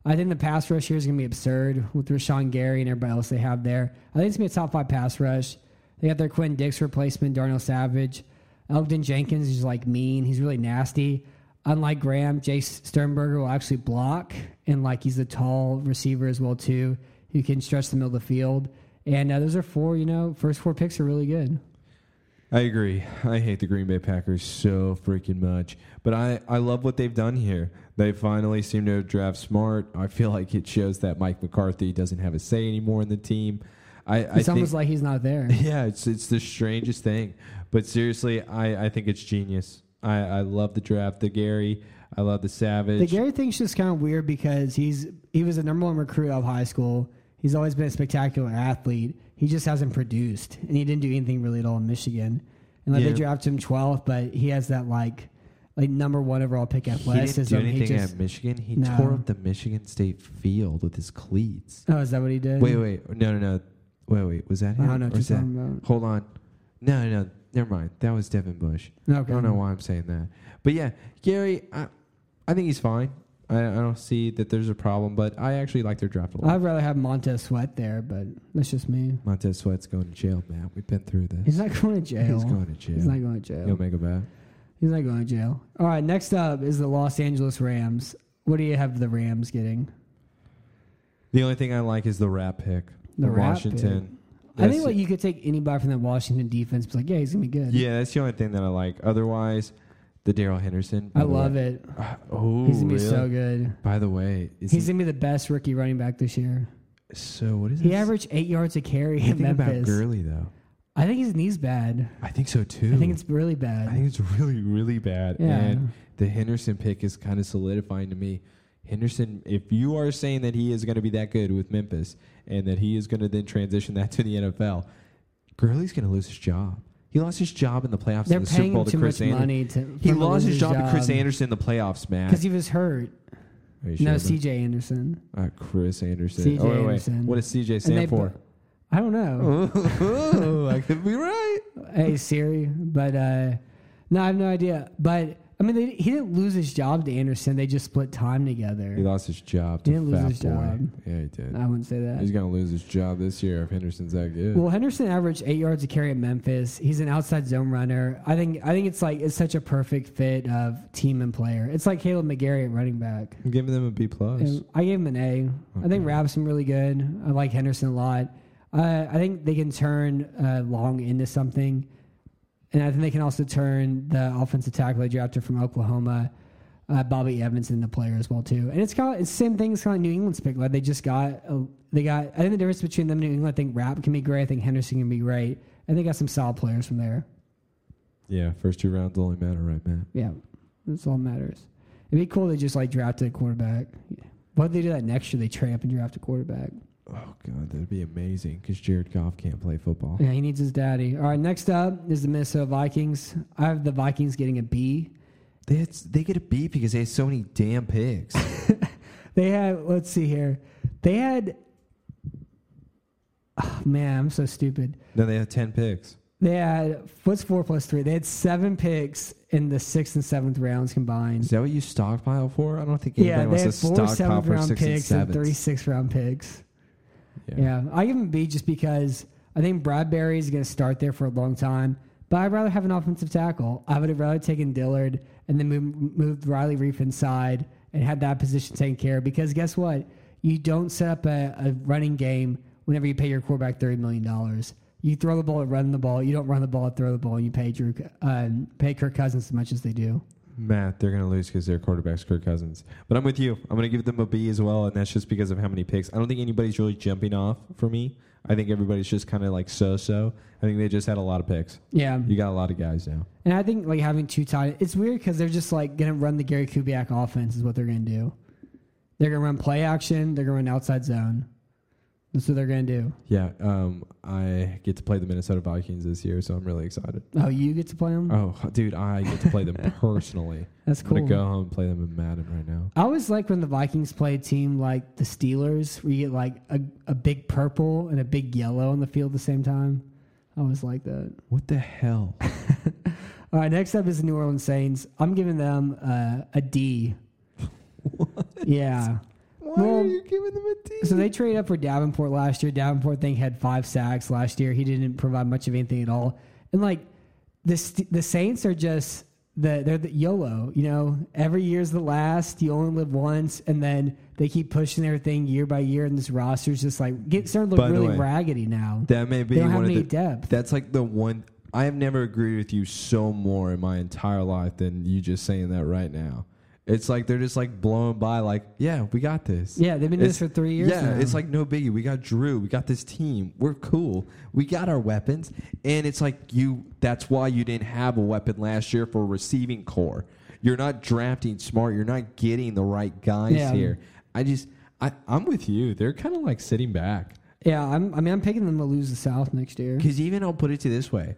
Speaker 1: I think the pass rush here is going to be absurd with Rashawn Gary and everybody else they have there. I think it's going to be a top five pass rush. They got their Quinn Dix replacement, Darnell Savage. Elgton Jenkins is like mean. He's really nasty. Unlike Graham, Jay Sternberger will actually block, and like he's a tall receiver as well too. He can stretch the middle of the field. And uh, those are four, you know, first four picks are really good.
Speaker 2: I agree. I hate the Green Bay Packers so freaking much. But I, I love what they've done here. They finally seem to draft smart. I feel like it shows that Mike McCarthy doesn't have a say anymore in the team. I, I
Speaker 1: It's
Speaker 2: think,
Speaker 1: almost like he's not there.
Speaker 2: yeah, it's it's the strangest thing. But seriously, I, I think it's genius. I, I love the draft, the Gary. I love the Savage.
Speaker 1: The Gary thing's just kind of weird because he's he was the number one recruit out of high school. He's always been a spectacular athlete. He just hasn't produced, and he didn't do anything really at all in Michigan. And like they
Speaker 2: Yeah.
Speaker 1: drafted him 12th, but he has that like like number one overall pick
Speaker 2: he didn't
Speaker 1: athleticism.
Speaker 2: do anything
Speaker 1: just,
Speaker 2: at Michigan. He
Speaker 1: No.
Speaker 2: tore up the Michigan State field with his cleats.
Speaker 1: oh, is that what he did?
Speaker 2: Wait, wait, no, no, no. Wait, wait. Was that
Speaker 1: I
Speaker 2: him?
Speaker 1: don't know what
Speaker 2: Or
Speaker 1: you're
Speaker 2: is that-
Speaker 1: talking about.
Speaker 2: Hold on. No, no, no. Never mind. That was Devin Bush.
Speaker 1: Okay.
Speaker 2: I don't know why I'm saying that. But yeah, Gary, I, I think he's fine. I, I don't see that there's a problem, but I actually like their draft a lot.
Speaker 1: I'd rather have Montez Sweat there, but that's just me.
Speaker 2: Montez Sweat's going to jail, man. We've been through this.
Speaker 1: He's not going to jail.
Speaker 2: He's going to jail.
Speaker 1: He's not going to jail.
Speaker 2: He'll make a bet.
Speaker 1: He's not going to jail. All right, next up is the Los Angeles Rams. What do you have the Rams getting?
Speaker 2: The only thing I like is the rap pick.
Speaker 1: The
Speaker 2: from
Speaker 1: rap pick.
Speaker 2: Washington.
Speaker 1: I think
Speaker 2: That's-
Speaker 1: like you could take anybody from that Washington defense, be like, yeah, he's gonna be good.
Speaker 2: yeah, that's the only thing that I like. Otherwise, the Daryl Henderson. by
Speaker 1: I
Speaker 2: the way-
Speaker 1: love it.
Speaker 2: Oh,
Speaker 1: he's gonna be
Speaker 2: really?
Speaker 1: so good.
Speaker 2: By the way, is
Speaker 1: He's
Speaker 2: he-
Speaker 1: gonna be the best rookie running back this year.
Speaker 2: so what is
Speaker 1: He
Speaker 2: this?
Speaker 1: averaged eight yards a carry
Speaker 2: What do
Speaker 1: in
Speaker 2: you think about
Speaker 1: Memphis.
Speaker 2: Gurley though?
Speaker 1: I think his knee's bad.
Speaker 2: I think so too.
Speaker 1: I think it's really bad.
Speaker 2: I think it's really, really bad.
Speaker 1: Yeah.
Speaker 2: And the Henderson pick is kind of solidifying to me. Henderson, if you are saying that he is going to be that good with Memphis and that he is going to then transition that to the NFL, Gurley's going to lose his job. He lost his job in the playoffs
Speaker 1: They're
Speaker 2: in the
Speaker 1: paying
Speaker 2: Super Bowl
Speaker 1: him
Speaker 2: to
Speaker 1: too
Speaker 2: Chris
Speaker 1: much
Speaker 2: Anderson.
Speaker 1: money to-
Speaker 2: he
Speaker 1: for him to
Speaker 2: lost
Speaker 1: lose
Speaker 2: his
Speaker 1: his
Speaker 2: job, to Chris
Speaker 1: job.
Speaker 2: Anderson in the playoffs, man.
Speaker 1: because he was hurt.
Speaker 2: Are you sure
Speaker 1: No,
Speaker 2: about-
Speaker 1: CJ Anderson.
Speaker 2: Uh, Chris Anderson.
Speaker 1: CJ
Speaker 2: oh, wait, wait.
Speaker 1: Anderson.
Speaker 2: What does CJ
Speaker 1: And they
Speaker 2: stand for?
Speaker 1: bu- I don't know.
Speaker 2: Ooh, I could be right.
Speaker 1: hey Siri, but uh, no, I have no idea. But I mean, they, he didn't lose his job to Anderson. They just split time together.
Speaker 2: He lost his job. To
Speaker 1: didn't lose
Speaker 2: Fat
Speaker 1: his
Speaker 2: Boy.
Speaker 1: job.
Speaker 2: Yeah, he did.
Speaker 1: I wouldn't say that.
Speaker 2: He's gonna lose his job this year if Henderson's that good.
Speaker 1: Well, Henderson averaged eight yards a carry at Memphis. He's an outside zone runner. I think I think it's like it's such a perfect fit of team and player. It's like Caleb McGarry at running back.
Speaker 2: I'm giving them a B plus.
Speaker 1: And I gave him an A. I think Rabson really good. I like Henderson a lot. Uh, I think they can turn uh, Long into something, and I think they can also turn the offensive tackle they drafted from Oklahoma, uh, Bobby Evans, into player as well too. And it's kind of it's the same thing. It's kind of New England's pick. Like they just got a, they got. I think the difference between them and New England. I think Rap can be great. I think Henderson can be great. And they got some solid players from there.
Speaker 2: Yeah, first two rounds only matter, right, man?
Speaker 1: Yeah, that's all that matters. It'd be cool to just like draft a quarterback. Why do they do that next year? They trade up and draft a quarterback.
Speaker 2: Oh god, that'd be amazing because Jared Goff can't play football.
Speaker 1: Yeah, he needs his daddy. All right, next up is the Minnesota Vikings. I have the Vikings getting a B.
Speaker 2: They had, they get a B because they had so many damn picks.
Speaker 1: They had, let's see here, they had. Oh, man, I'm so stupid.
Speaker 2: no, they had ten picks.
Speaker 1: They had what's four plus three? They had seven picks in the sixth and seventh rounds combined.
Speaker 2: Is that what you stockpile for? I don't think anybody
Speaker 1: Yeah, they
Speaker 2: wants to
Speaker 1: had four
Speaker 2: stockpile
Speaker 1: seventh
Speaker 2: for
Speaker 1: round
Speaker 2: six
Speaker 1: picks
Speaker 2: and
Speaker 1: and
Speaker 2: sevens.
Speaker 1: three sixth round picks. Yeah. I give him a B just because I think Bradbury is going to start there for a long time. But I'd rather have an offensive tackle. I would have rather taken Dillard and then moved, moved Riley Reef inside and had that position taken care of. Because guess what? You don't set up a, a running game whenever you pay your quarterback $30 million. You throw the ball and run the ball. You don't run the ball and throw the ball. And you pay, Drew, uh, pay Kirk Cousins as much as they do.
Speaker 2: Matt, they're gonna lose because their quarterback's Kirk Cousins. But I'm with you. I'm gonna give them a B as well, and that's just because of how many picks. I don't think anybody's really jumping off for me. I think everybody's just kind of like so-so. I think they just had a lot of picks.
Speaker 1: Yeah.
Speaker 2: You got a lot of guys now.
Speaker 1: And I think like having two tight, it's weird because they're just like gonna run the Gary Kubiak offense is what they're gonna do. They're gonna run play action. They're gonna run outside zone. That's what they're gonna do.
Speaker 2: Yeah, um, I get to play the Minnesota Vikings this year, so I'm really excited.
Speaker 1: Oh, you get to play them.
Speaker 2: Oh, dude, I get to play them personally.
Speaker 1: That's
Speaker 2: I'm
Speaker 1: cool.
Speaker 2: gonna go home and play them in Madden right now.
Speaker 1: I always like when the Vikings play a team like the Steelers, where you get like a, a big purple and a big yellow on the field at the same time. I always like that.
Speaker 2: What the hell?
Speaker 1: All right, next up is the New Orleans Saints. I'm giving them uh, a D. Yeah.
Speaker 2: Why
Speaker 1: Well,
Speaker 2: are you giving them a D?
Speaker 1: So they traded up for Davenport last year. Davenport thing had five sacks last year. He didn't provide much of anything at all. And like the St- the Saints are just the they're the YOLO. You know, every year's the last. You only live once, and then they keep pushing everything year by year, and this roster's just like get starting to look
Speaker 2: By the
Speaker 1: really
Speaker 2: way,
Speaker 1: raggedy now.
Speaker 2: That may be
Speaker 1: they don't have
Speaker 2: one of
Speaker 1: any
Speaker 2: the
Speaker 1: depth.
Speaker 2: That's like the one I have never agreed with you so more in my entire life than you just saying that right now. It's like they're just like blown by like, yeah, we got this.
Speaker 1: Yeah, they've been doing this
Speaker 2: It's-
Speaker 1: for three years
Speaker 2: Yeah,
Speaker 1: now.
Speaker 2: it's like no biggie. We got Drew, we got this team. We're cool. We got our weapons. And it's like you that's why you didn't have a weapon last year for receiving core. You're not drafting smart. You're not getting the right guys
Speaker 1: Yeah.
Speaker 2: here. I just I, I'm with you. They're kind of like sitting back.
Speaker 1: yeah, I'm, I mean, I'm picking them to lose the South next year.
Speaker 2: Because even I'll put it to this way.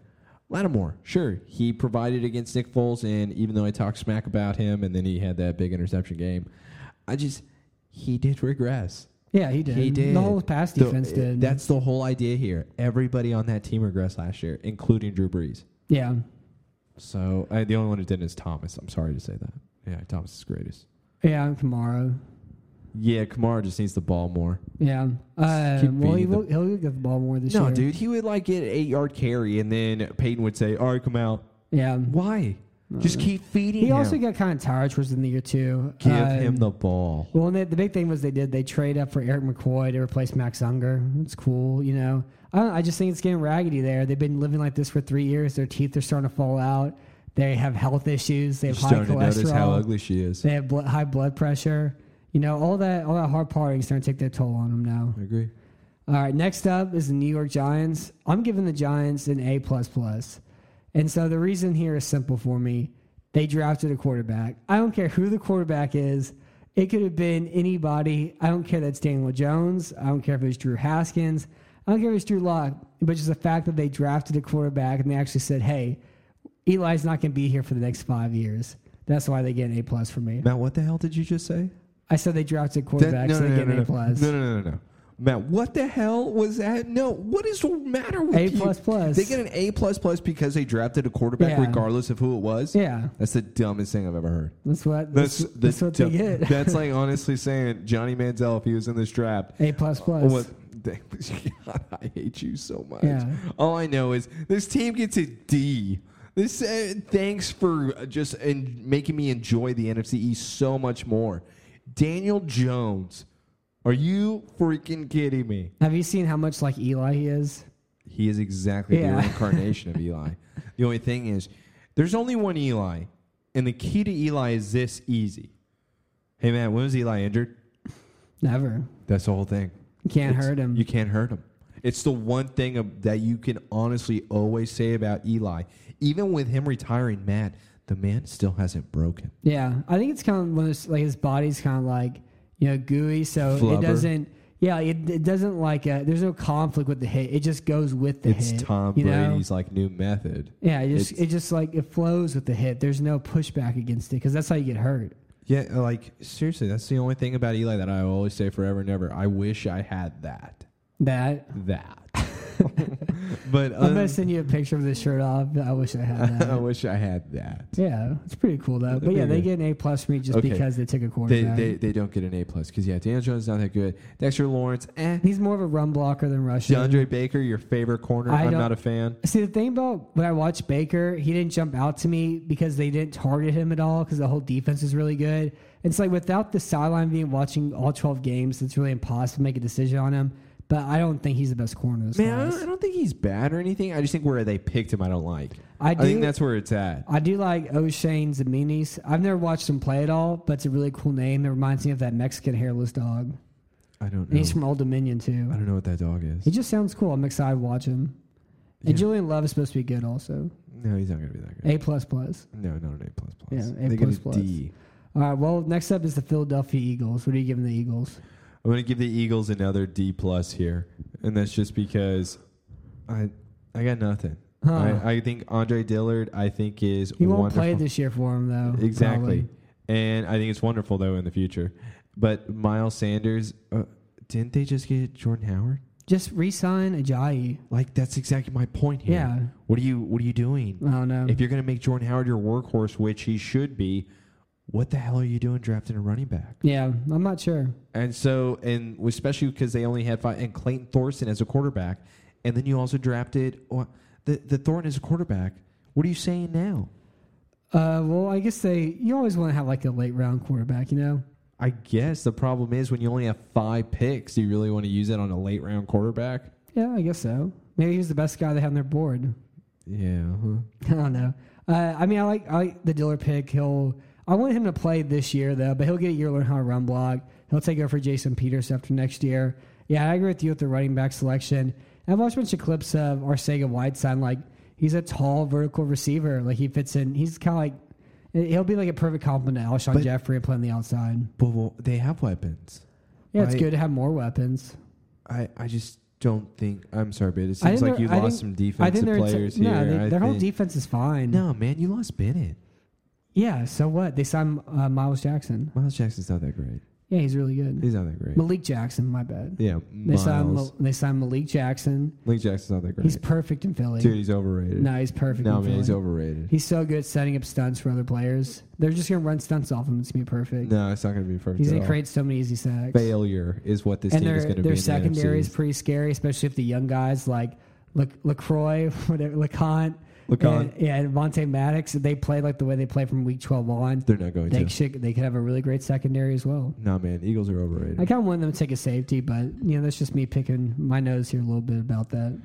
Speaker 2: Lattimore, sure, he provided against Nick Foles, and even though I talked smack about him, and then he had that big interception game, I just he did regress.
Speaker 1: Yeah, he did.
Speaker 2: He did.
Speaker 1: The whole pass
Speaker 2: The-
Speaker 1: defense did.
Speaker 2: That's the whole idea here. Everybody on that team regressed last year, including Drew Brees.
Speaker 1: yeah.
Speaker 2: So I, the only one who didn't is Thomas. I'm sorry to say that. Yeah, Thomas is greatest.
Speaker 1: Yeah, I'm Kamara.
Speaker 2: Yeah, Kamara just needs the ball more.
Speaker 1: Yeah. Uh,
Speaker 2: keep
Speaker 1: well, he
Speaker 2: feeding the-
Speaker 1: will, he'll get the ball more this
Speaker 2: No,
Speaker 1: year.
Speaker 2: dude, he would like get an eight yard carry, and then Peyton would say, "All right, come out."
Speaker 1: Yeah.
Speaker 2: Why? just keep feeding.
Speaker 1: Uh, He also
Speaker 2: him.
Speaker 1: got kind of tired towards the end of the year, too.
Speaker 2: Give
Speaker 1: Uh,
Speaker 2: him the ball.
Speaker 1: Well, and they, the big thing was they did they trade up for Eric McCoy to replace Max Unger. It's cool, you know. I, don't, I just think it's getting raggedy there. They've been living like this for three years. Their teeth are starting to fall out. They have health issues. They have high
Speaker 2: starting to notice
Speaker 1: cholesterol.
Speaker 2: how ugly she is.
Speaker 1: They have blo- high blood pressure. You know, all that all that hard partying is starting to take their toll on them now.
Speaker 2: I agree.
Speaker 1: All right, next up is the New York Giants. I'm giving the Giants an A plus plus, and so the reason here is simple for me. They drafted a quarterback. I don't care who the quarterback is. It could have been anybody. I don't care that's Daniel Jones. I don't care if it was Drew Haskins. I don't care if it's Drew Lock. But just the fact that they drafted a quarterback and they actually said, "Hey, Eli's not going to be here for the next five years." That's why they get an A plus for me.
Speaker 2: Matt, what the hell did you just say?
Speaker 1: I said they drafted a
Speaker 2: That-
Speaker 1: quarterback, so they get an
Speaker 2: no,
Speaker 1: A plus.
Speaker 2: no, no, no, no. Matt, what the hell was that? No, what is the matter with
Speaker 1: A
Speaker 2: you?
Speaker 1: plus plus.
Speaker 2: They get an A plus plus because they drafted a quarterback,
Speaker 1: Yeah.
Speaker 2: regardless of who it was.
Speaker 1: Yeah.
Speaker 2: that's the dumbest thing I've ever heard.
Speaker 1: That's what
Speaker 2: That's
Speaker 1: that's,
Speaker 2: the
Speaker 1: that's what they
Speaker 2: dumb-
Speaker 1: get.
Speaker 2: That's like honestly saying Johnny Manziel if he was in this draft. Oh,
Speaker 1: A plus plus.
Speaker 2: What? dang, God, I hate you so much.
Speaker 1: Yeah.
Speaker 2: All I know is this team gets a D. This uh, thanks for uh, just and making me enjoy the NFC East so much more. Daniel Jones, are you freaking kidding me?
Speaker 1: Have you seen how much like Eli he is?
Speaker 2: He is exactly
Speaker 1: Yeah.
Speaker 2: the reincarnation of Eli. The only thing is, there's only one Eli, and the key to Eli is this easy. Hey man, when was Eli injured?
Speaker 1: Never.
Speaker 2: That's the whole thing.
Speaker 1: You can't
Speaker 2: It's-
Speaker 1: hurt him.
Speaker 2: You can't hurt him. It's the one thing of, that you can honestly always say about Eli. Even with him retiring, Matt, the man still hasn't broken.
Speaker 1: yeah, I think it's kind of one of those, like his body's kind of like you know gooey, so
Speaker 2: Flubber.
Speaker 1: it doesn't. Yeah, it, it doesn't like uh there's no conflict with the hit. It just goes with the
Speaker 2: It's
Speaker 1: hit.
Speaker 2: Tom
Speaker 1: you know?
Speaker 2: Brady's like new method.
Speaker 1: Yeah, it just
Speaker 2: It's-
Speaker 1: it just like it flows with the hit. There's no pushback against it because that's how you get hurt.
Speaker 2: Yeah, like seriously, that's the only thing about Eli that I always say forever and ever. I wish I had that.
Speaker 1: That
Speaker 2: That. uh, but
Speaker 1: I'm gonna
Speaker 2: other-
Speaker 1: send you a picture of this shirt off. I wish I had
Speaker 2: I
Speaker 1: that.
Speaker 2: wish I had that.
Speaker 1: yeah, it's pretty cool though. But yeah, they get an A plus for me just
Speaker 2: Okay.
Speaker 1: because they took a
Speaker 2: They,
Speaker 1: quarterback.
Speaker 2: they they don't get an A plus because yeah, Daniel Jones is not that good. Dexter Lawrence, eh.
Speaker 1: He's more of a run blocker than rusher.
Speaker 2: DeAndre Baker, your favorite corner.
Speaker 1: I
Speaker 2: I'm
Speaker 1: don't-
Speaker 2: not a fan.
Speaker 1: See the thing about when I watched Baker, he didn't jump out to me because they didn't target him at all because the whole defense is really good. It's like without the sideline being watching all twelve games, it's really impossible to make a decision on him. But I don't think he's the best corner of this
Speaker 2: Man, I
Speaker 1: class.
Speaker 2: don't, I don't think he's bad or anything. I just think where they picked him, I don't like.
Speaker 1: I
Speaker 2: think
Speaker 1: do-
Speaker 2: that's where it's at.
Speaker 1: I do like O'Shane Zaminis. I've never watched him play at all, but it's a really cool name. It reminds me of that Mexican hairless dog. And
Speaker 2: I don't
Speaker 1: he's
Speaker 2: know.
Speaker 1: from Old Dominion
Speaker 2: I
Speaker 1: too.
Speaker 2: don't know what that dog is.
Speaker 1: He just sounds cool. I'm excited to watch him. And Julian Love is supposed to be good also.
Speaker 2: No, he's not gonna be that good.
Speaker 1: A plus plus.
Speaker 2: no, not an A plus plus.
Speaker 1: Yeah, A
Speaker 2: they get
Speaker 1: plus
Speaker 2: a
Speaker 1: plus.
Speaker 2: D.
Speaker 1: All right. Well, next up is the Philadelphia Eagles. What are you giving the Eagles?
Speaker 2: I'm gonna give the Eagles another D plus here, and that's just because I I got nothing.
Speaker 1: Huh.
Speaker 2: I, I think Andre Dillard I think is
Speaker 1: He won't
Speaker 2: wonderful.
Speaker 1: play this year for him though.
Speaker 2: Exactly.
Speaker 1: probably.
Speaker 2: And I think it's wonderful though in the future. But Miles Sanders, uh, didn't they just get Jordan Howard?
Speaker 1: Just re-sign Ajayi.
Speaker 2: Like that's exactly my point here.
Speaker 1: Yeah.
Speaker 2: What are you What are you doing?
Speaker 1: I don't know.
Speaker 2: If you're going to make Jordan Howard your workhorse, which he should be, what the hell are you doing drafting a running back?
Speaker 1: Yeah, I'm not sure.
Speaker 2: And so, and especially because they only had five, and Clayton Thorson as a quarterback, and then you also drafted oh, the the Thornton as a quarterback. What are you saying now?
Speaker 1: Uh, well, I guess they. You always want to have like a late round quarterback, you know.
Speaker 2: I guess the problem is when you only have five picks, do you really want to use it on a late round quarterback?
Speaker 1: Yeah, I guess so. Maybe he was the best guy they had on their board.
Speaker 2: Yeah. huh.
Speaker 1: I don't know. Uh, I mean, I like I like the Diller pick. He'll I want him to play this year though, but he'll get a year to learn how to run block. He'll take over for Jason Peters after next year. Yeah, I agree with you with the running back selection. And I've watched a bunch of clips of Arcega Whiteside. Like he's a tall vertical receiver. Like he fits in. He's kind of like he'll be like a perfect complement to Alshon Jeffrey and play on the outside.
Speaker 2: But well, they have weapons.
Speaker 1: Yeah, it's
Speaker 2: I-
Speaker 1: good to have more weapons.
Speaker 2: I, I just don't think. I'm sorry, but it
Speaker 1: I
Speaker 2: seems
Speaker 1: think
Speaker 2: like you
Speaker 1: they're- I
Speaker 2: lost
Speaker 1: think-
Speaker 2: some
Speaker 1: I think
Speaker 2: defensive
Speaker 1: they're-
Speaker 2: players
Speaker 1: no,
Speaker 2: here.
Speaker 1: they-
Speaker 2: I
Speaker 1: their whole
Speaker 2: think-
Speaker 1: defense is fine.
Speaker 2: No, man, you lost Bennett.
Speaker 1: Yeah, so what? They signed uh, Miles Jackson.
Speaker 2: Miles Jackson's not that great.
Speaker 1: Yeah, he's really good.
Speaker 2: He's not that great.
Speaker 1: Malik Jackson, my bad.
Speaker 2: yeah,
Speaker 1: They signed,
Speaker 2: Miles.
Speaker 1: Mal- they signed Malik Jackson.
Speaker 2: Link Jackson's not that great.
Speaker 1: He's perfect in Philly.
Speaker 2: Dude, he's overrated.
Speaker 1: no, he's perfect
Speaker 2: no,
Speaker 1: in
Speaker 2: man,
Speaker 1: Philly.
Speaker 2: he's overrated.
Speaker 1: He's so good at setting up stunts for other players. They're just going to run stunts off him. It's going to be perfect.
Speaker 2: no, it's not going to be perfect.
Speaker 1: he's
Speaker 2: at
Speaker 1: going to
Speaker 2: all.
Speaker 1: create so many easy sacks.
Speaker 2: failure is what this
Speaker 1: and
Speaker 2: team is
Speaker 1: their,
Speaker 2: going to be.
Speaker 1: their
Speaker 2: in the
Speaker 1: secondary is
Speaker 2: NFC.
Speaker 1: pretty scary, especially if the young guys like La- LaCroix, whatever, LeConte.
Speaker 2: LeConte.
Speaker 1: And, yeah, and Vontae Maddox, if they play like the way they play from week 12 on.
Speaker 2: They're not going
Speaker 1: They,
Speaker 2: to.
Speaker 1: should, they could have a really great secondary as well.
Speaker 2: no, man, Eagles are overrated.
Speaker 1: I kind of wanted them to take a safety, but you know that's just me picking my nose here a little bit about that.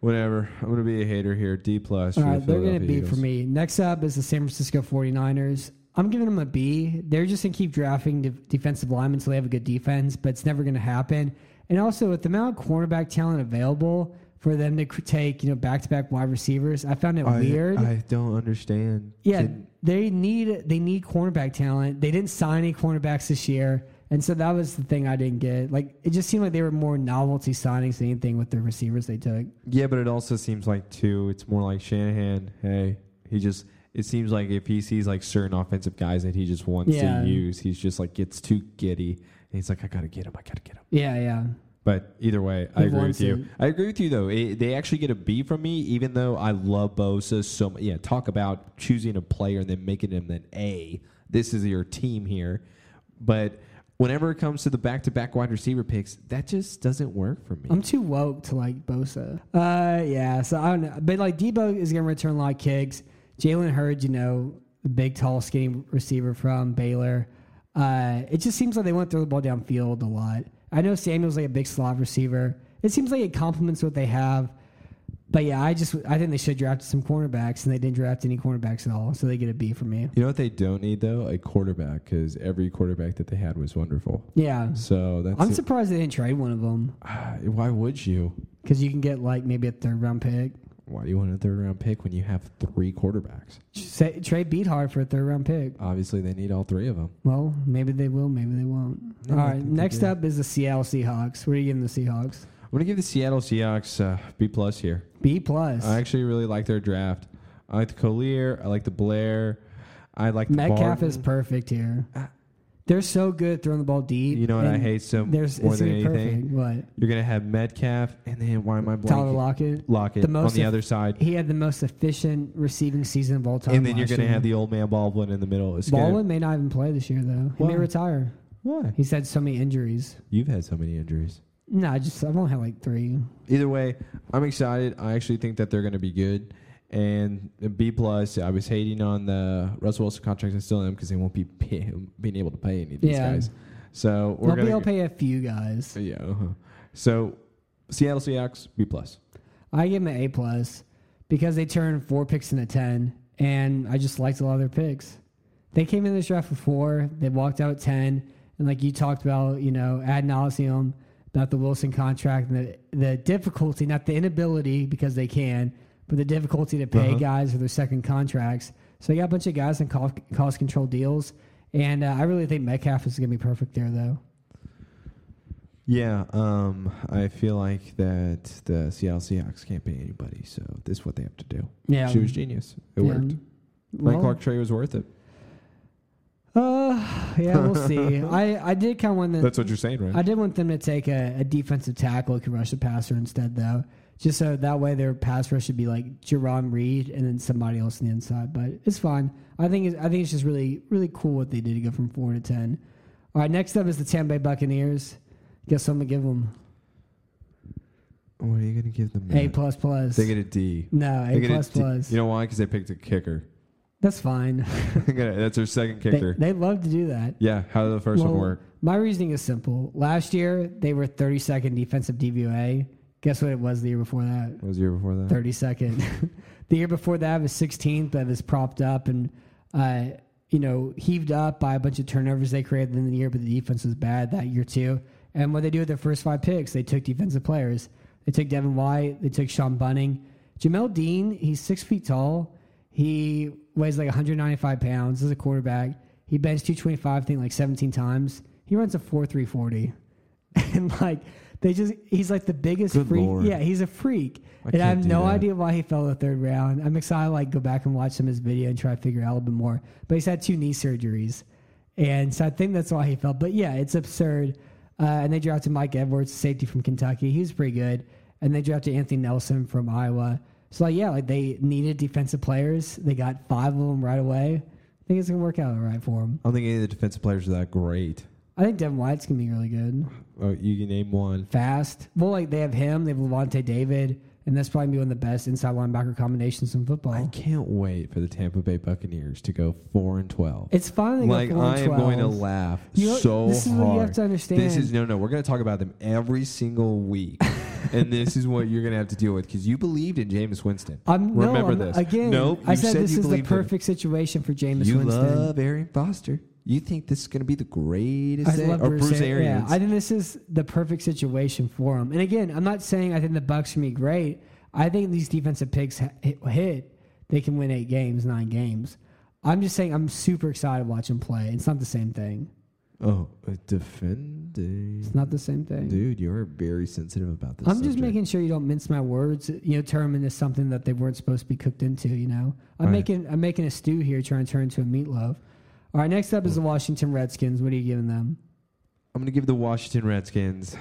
Speaker 2: Whatever. I'm going to be a hater here. D plus.
Speaker 1: All
Speaker 2: for
Speaker 1: right,
Speaker 2: the
Speaker 1: they're going to
Speaker 2: Philadelphia
Speaker 1: be for
Speaker 2: Eagles.
Speaker 1: me. Next up is the San Francisco 49ers. I'm giving them a B. They're just going to keep drafting de- defensive linemen until they have a good defense, but it's never going to happen. And also, with the amount of cornerback talent available for them to c- take, you know, back-to-back wide receivers, I found it
Speaker 2: I-
Speaker 1: weird.
Speaker 2: I don't understand.
Speaker 1: yeah,
Speaker 2: Can-
Speaker 1: they need they need cornerback talent. They didn't sign any cornerbacks this year, and so that was the thing I didn't get. Like, it just seemed like they were more novelty signings than anything with the receivers they took.
Speaker 2: Yeah, but it also seems like too. It's more like Shanahan. Hey, he just. It seems like if he sees like certain offensive guys that he just wants
Speaker 1: Yeah.
Speaker 2: to use, he's just like gets too giddy, and he's like, I gotta get him. I gotta get him.
Speaker 1: Yeah, yeah.
Speaker 2: But either way, I
Speaker 1: He
Speaker 2: agree
Speaker 1: wants
Speaker 2: with you.
Speaker 1: it.
Speaker 2: I agree with you though. It, they actually get a B from me, even though I love Bosa so much. Yeah, talk about choosing a player and then making him an A. This is your team here, but whenever it comes to the back-to-back wide receiver picks, that just doesn't work for me.
Speaker 1: I'm too woke to like Bosa. Uh, yeah. So I don't know, but like Debo is gonna return a lot of kicks. Jalen Hurd, you know, the big, tall, skinny receiver from Baylor. Uh, it just seems like they want to throw the ball downfield a lot. I know Samuel's like a big slot receiver. It seems like it complements what they have. But yeah, I just I think they should draft some cornerbacks, and they didn't draft any cornerbacks at all, so they get a B for me.
Speaker 2: You know what they don't need though? A quarterback because every quarterback that they had was wonderful.
Speaker 1: Yeah,
Speaker 2: So that's
Speaker 1: I'm
Speaker 2: it.
Speaker 1: surprised they didn't trade one of them
Speaker 2: Ah, why would you?
Speaker 1: because you can get like maybe a third round pick.
Speaker 2: Why do you want a third round pick when you have three quarterbacks?
Speaker 1: Say, trade Beat Hard for a third round pick.
Speaker 2: Obviously, they need all three of them.
Speaker 1: Well, maybe they will, maybe they won't.
Speaker 2: No,
Speaker 1: All
Speaker 2: I
Speaker 1: right,
Speaker 2: think they
Speaker 1: next
Speaker 2: do.
Speaker 1: up is the Seattle Seahawks. What are you giving the Seahawks?
Speaker 2: I'm gonna give the Seattle Seahawks uh, B plus here.
Speaker 1: B plus.
Speaker 2: I actually really like their draft. I like the Collier. I like the Blair. I like the
Speaker 1: Metcalf
Speaker 2: Barton. Uh,
Speaker 1: is perfect here. They're so good throwing the ball deep.
Speaker 2: You know what I
Speaker 1: and
Speaker 2: hate so
Speaker 1: there's-
Speaker 2: more
Speaker 1: it's gonna
Speaker 2: than
Speaker 1: be
Speaker 2: anything?
Speaker 1: perfect. What?
Speaker 2: You're gonna have Metcalf, and then why am I blanking?
Speaker 1: Tyler Lockett.
Speaker 2: Lockett on the
Speaker 1: eff-
Speaker 2: other side,
Speaker 1: He had the most efficient receiving season of all time.
Speaker 2: and then you're
Speaker 1: last
Speaker 2: gonna
Speaker 1: year.
Speaker 2: have the old man Baldwin in the middle. It's gonna-
Speaker 1: Baldwin may not even play this year though. He
Speaker 2: Why?
Speaker 1: may retire.
Speaker 2: Why?
Speaker 1: He's had so many injuries.
Speaker 2: You've had so many injuries.
Speaker 1: No, I just I've only had like three.
Speaker 2: Either way, I'm excited. I actually think that they're going to be good. And a B plus, I was hating on the Russell Wilson contract. I still am because they won't be pay, being able to pay any of these
Speaker 1: Yeah.
Speaker 2: guys. So we're
Speaker 1: They'll
Speaker 2: going
Speaker 1: be able to pay a few guys.
Speaker 2: Yeah. Uh-huh. So Seattle Seahawks B plus.
Speaker 1: I give them an A plus because they turned four picks into ten, and I just liked a lot of their picks. They came in this draft with four, they walked out at ten, and like you talked about, you know, ad nauseum about the Wilson contract and the the difficulty, not the inability because they can, but the difficulty to pay
Speaker 2: Uh-huh.
Speaker 1: guys for their second contracts. So you got a bunch of guys in cost, cost control deals, and uh, I really think Metcalf is going to be perfect there, though.
Speaker 2: Yeah. Um. I feel like that the Seattle Seahawks can't pay anybody, so this is what they have to do.
Speaker 1: Yeah,
Speaker 2: She was genius. It
Speaker 1: Yeah.
Speaker 2: worked.
Speaker 1: Well-
Speaker 2: Mike Clark Trey was worth it.
Speaker 1: Uh, yeah, we'll see. I, I did kind of want them.
Speaker 2: That's what you're saying, right?
Speaker 1: uh, I did want them to take a, a defensive tackle who could rush the passer instead, though, just so that way their pass rush should be like Jerron Reed and then somebody else on the inside. But it's fine. I think it's, I think it's just really really cool what they did to go from four to ten. All right, next up is the Tampa Bay Buccaneers. Guess I'm gonna give them
Speaker 2: what are you going to give them?
Speaker 1: A
Speaker 2: Matt?
Speaker 1: plus plus.
Speaker 2: They get a D.
Speaker 1: No,
Speaker 2: They
Speaker 1: A
Speaker 2: get a
Speaker 1: plus
Speaker 2: D.
Speaker 1: plus.
Speaker 2: You know why? Because they picked a kicker.
Speaker 1: That's fine.
Speaker 2: That's their second
Speaker 1: they,
Speaker 2: kicker.
Speaker 1: they love to do that.
Speaker 2: yeah, how did the first one
Speaker 1: Well,
Speaker 2: work?
Speaker 1: My reasoning is simple. Last year they were 32nd defensive DVOA. Guess what it was the year before that?
Speaker 2: What was the year before that?
Speaker 1: 32nd. the year before that was 16th. That was propped up and, uh, you know, heaved up by a bunch of turnovers they created in the year, but the defense was bad that year too. And what they do with their first five picks, they took defensive players. They took Devin White. They took Sean Bunning. Jamel Dean, he's six feet tall. He weighs like 195 pounds as a quarterback. He bends 225, I think like 17 times. He runs a 4 340. And like, they just, he's like the biggest
Speaker 2: Good
Speaker 1: freak.
Speaker 2: Lord.
Speaker 1: Yeah, he's a freak
Speaker 2: I
Speaker 1: and I
Speaker 2: can't
Speaker 1: have
Speaker 2: do
Speaker 1: no
Speaker 2: that.
Speaker 1: idea why he fell in the third round. I'm excited to like go back and watch some of his video and try to figure out a little bit more. But he's had two knee surgeries, and so I think that's why he fell. But yeah, it's absurd. Uh, and they drafted Mike Edwards, safety from Kentucky. He was pretty good. And they drafted Anthony Nelson from Iowa. So like, yeah, like they needed defensive players. They got five of them right away. I think it's gonna work out all right for them.
Speaker 2: I don't think any of the defensive players are that great.
Speaker 1: I think Devin White's gonna be really good,
Speaker 2: Oh, you can name one.
Speaker 1: fast. Well, like they have him. They have Levante David. And that's probably one of the best inside linebacker combinations in football.
Speaker 2: I can't wait for the Tampa Bay Buccaneers to go four and twelve.
Speaker 1: It's finally
Speaker 2: like
Speaker 1: four and
Speaker 2: I am going to
Speaker 1: 12.
Speaker 2: laugh
Speaker 1: You know,
Speaker 2: so
Speaker 1: this is
Speaker 2: hard.
Speaker 1: what you have to understand.
Speaker 2: This is no, no. We're going to talk about them every single week, and this is what you're going to have to deal with because you believed in Jameis Winston.
Speaker 1: I'm, no,
Speaker 2: Remember
Speaker 1: I'm-
Speaker 2: this?
Speaker 1: again.
Speaker 2: Nope.
Speaker 1: I
Speaker 2: you
Speaker 1: said,
Speaker 2: said
Speaker 1: this
Speaker 2: you
Speaker 1: is the
Speaker 2: believed in him.
Speaker 1: perfect situation for Jameis
Speaker 2: You
Speaker 1: Winston.
Speaker 2: love Aaron Foster. You think this is going to be the greatest
Speaker 1: I
Speaker 2: thing-
Speaker 1: love
Speaker 2: or Bruce,
Speaker 1: Ar-
Speaker 2: Arians?
Speaker 1: Yeah, I think this is the perfect situation for him. And again, I'm not saying I think the Bucks can be great. I think these defensive picks ha- hit, hit, they can win eight games, nine games. I'm just saying I'm super excited to watch him play. It's not the same thing.
Speaker 2: oh, uh, defending.
Speaker 1: It's not the same thing.
Speaker 2: Dude, you're very sensitive about this.
Speaker 1: I'm just
Speaker 2: subject.
Speaker 1: making sure you don't mince my words. You know, turn them into something that they weren't supposed to be cooked into. You know, I'm
Speaker 2: Right.
Speaker 1: making I'm making a stew here, trying to turn into a meatloaf. All right, next up is the Washington Redskins. What are you giving them?
Speaker 2: I'm going to give the Washington Redskins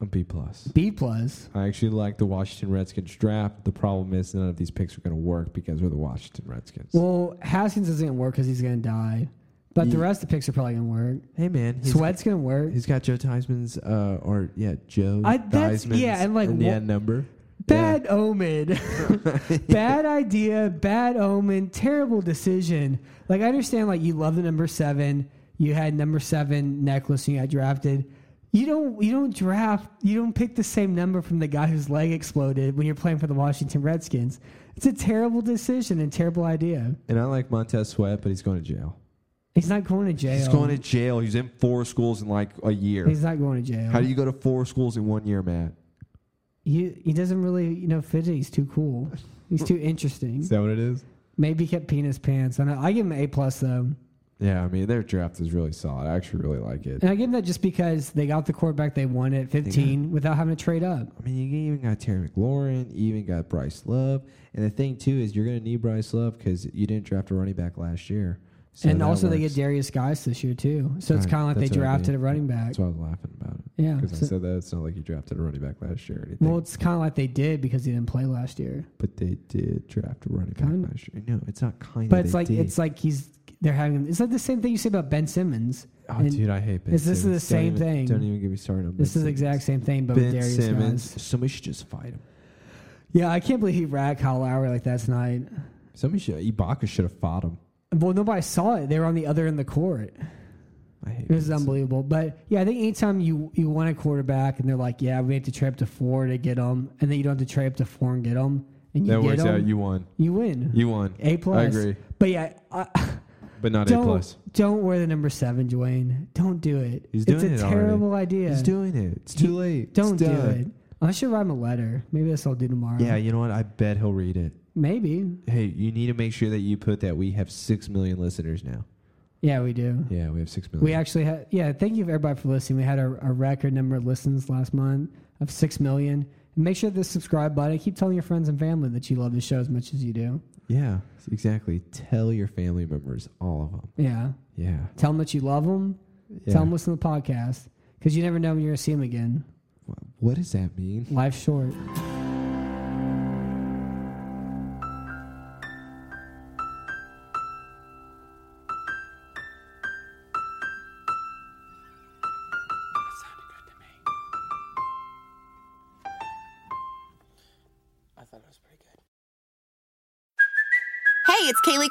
Speaker 2: a B plus.
Speaker 1: B plus.
Speaker 2: I actually like the Washington Redskins draft. The problem is none of these picks are going to work because we're the Washington Redskins.
Speaker 1: Well, Haskins isn't gonna work because he's gonna die, but the
Speaker 2: Ye-
Speaker 1: rest of the picks are probably gonna work.
Speaker 2: hey man, he's,
Speaker 1: Sweat's gonna work.
Speaker 2: he's got Joe Theismann's uh, or yeah Joe
Speaker 1: I- that's-
Speaker 2: Theismann's
Speaker 1: yeah, and, like,
Speaker 2: yeah
Speaker 1: what-
Speaker 2: number.
Speaker 1: Bad omen. bad idea, bad omen, terrible decision. Like I understand like you love the number 7. You had number 7 necklace and you got drafted. You don't you don't draft, you don't pick the same number from the guy whose leg exploded when you're playing for the Washington Redskins. It's a terrible decision and terrible idea.
Speaker 2: And I like Montez Sweat, but he's going to jail.
Speaker 1: He's not going to jail.
Speaker 2: He's going to jail. He's in four schools in like a year.
Speaker 1: He's not going to jail.
Speaker 2: How do you go to four schools in one year, Matt?
Speaker 1: he, he doesn't really, you know, fit it. He's too cool. He's too interesting.
Speaker 2: that what it is? Oh,
Speaker 9: it's Kaylee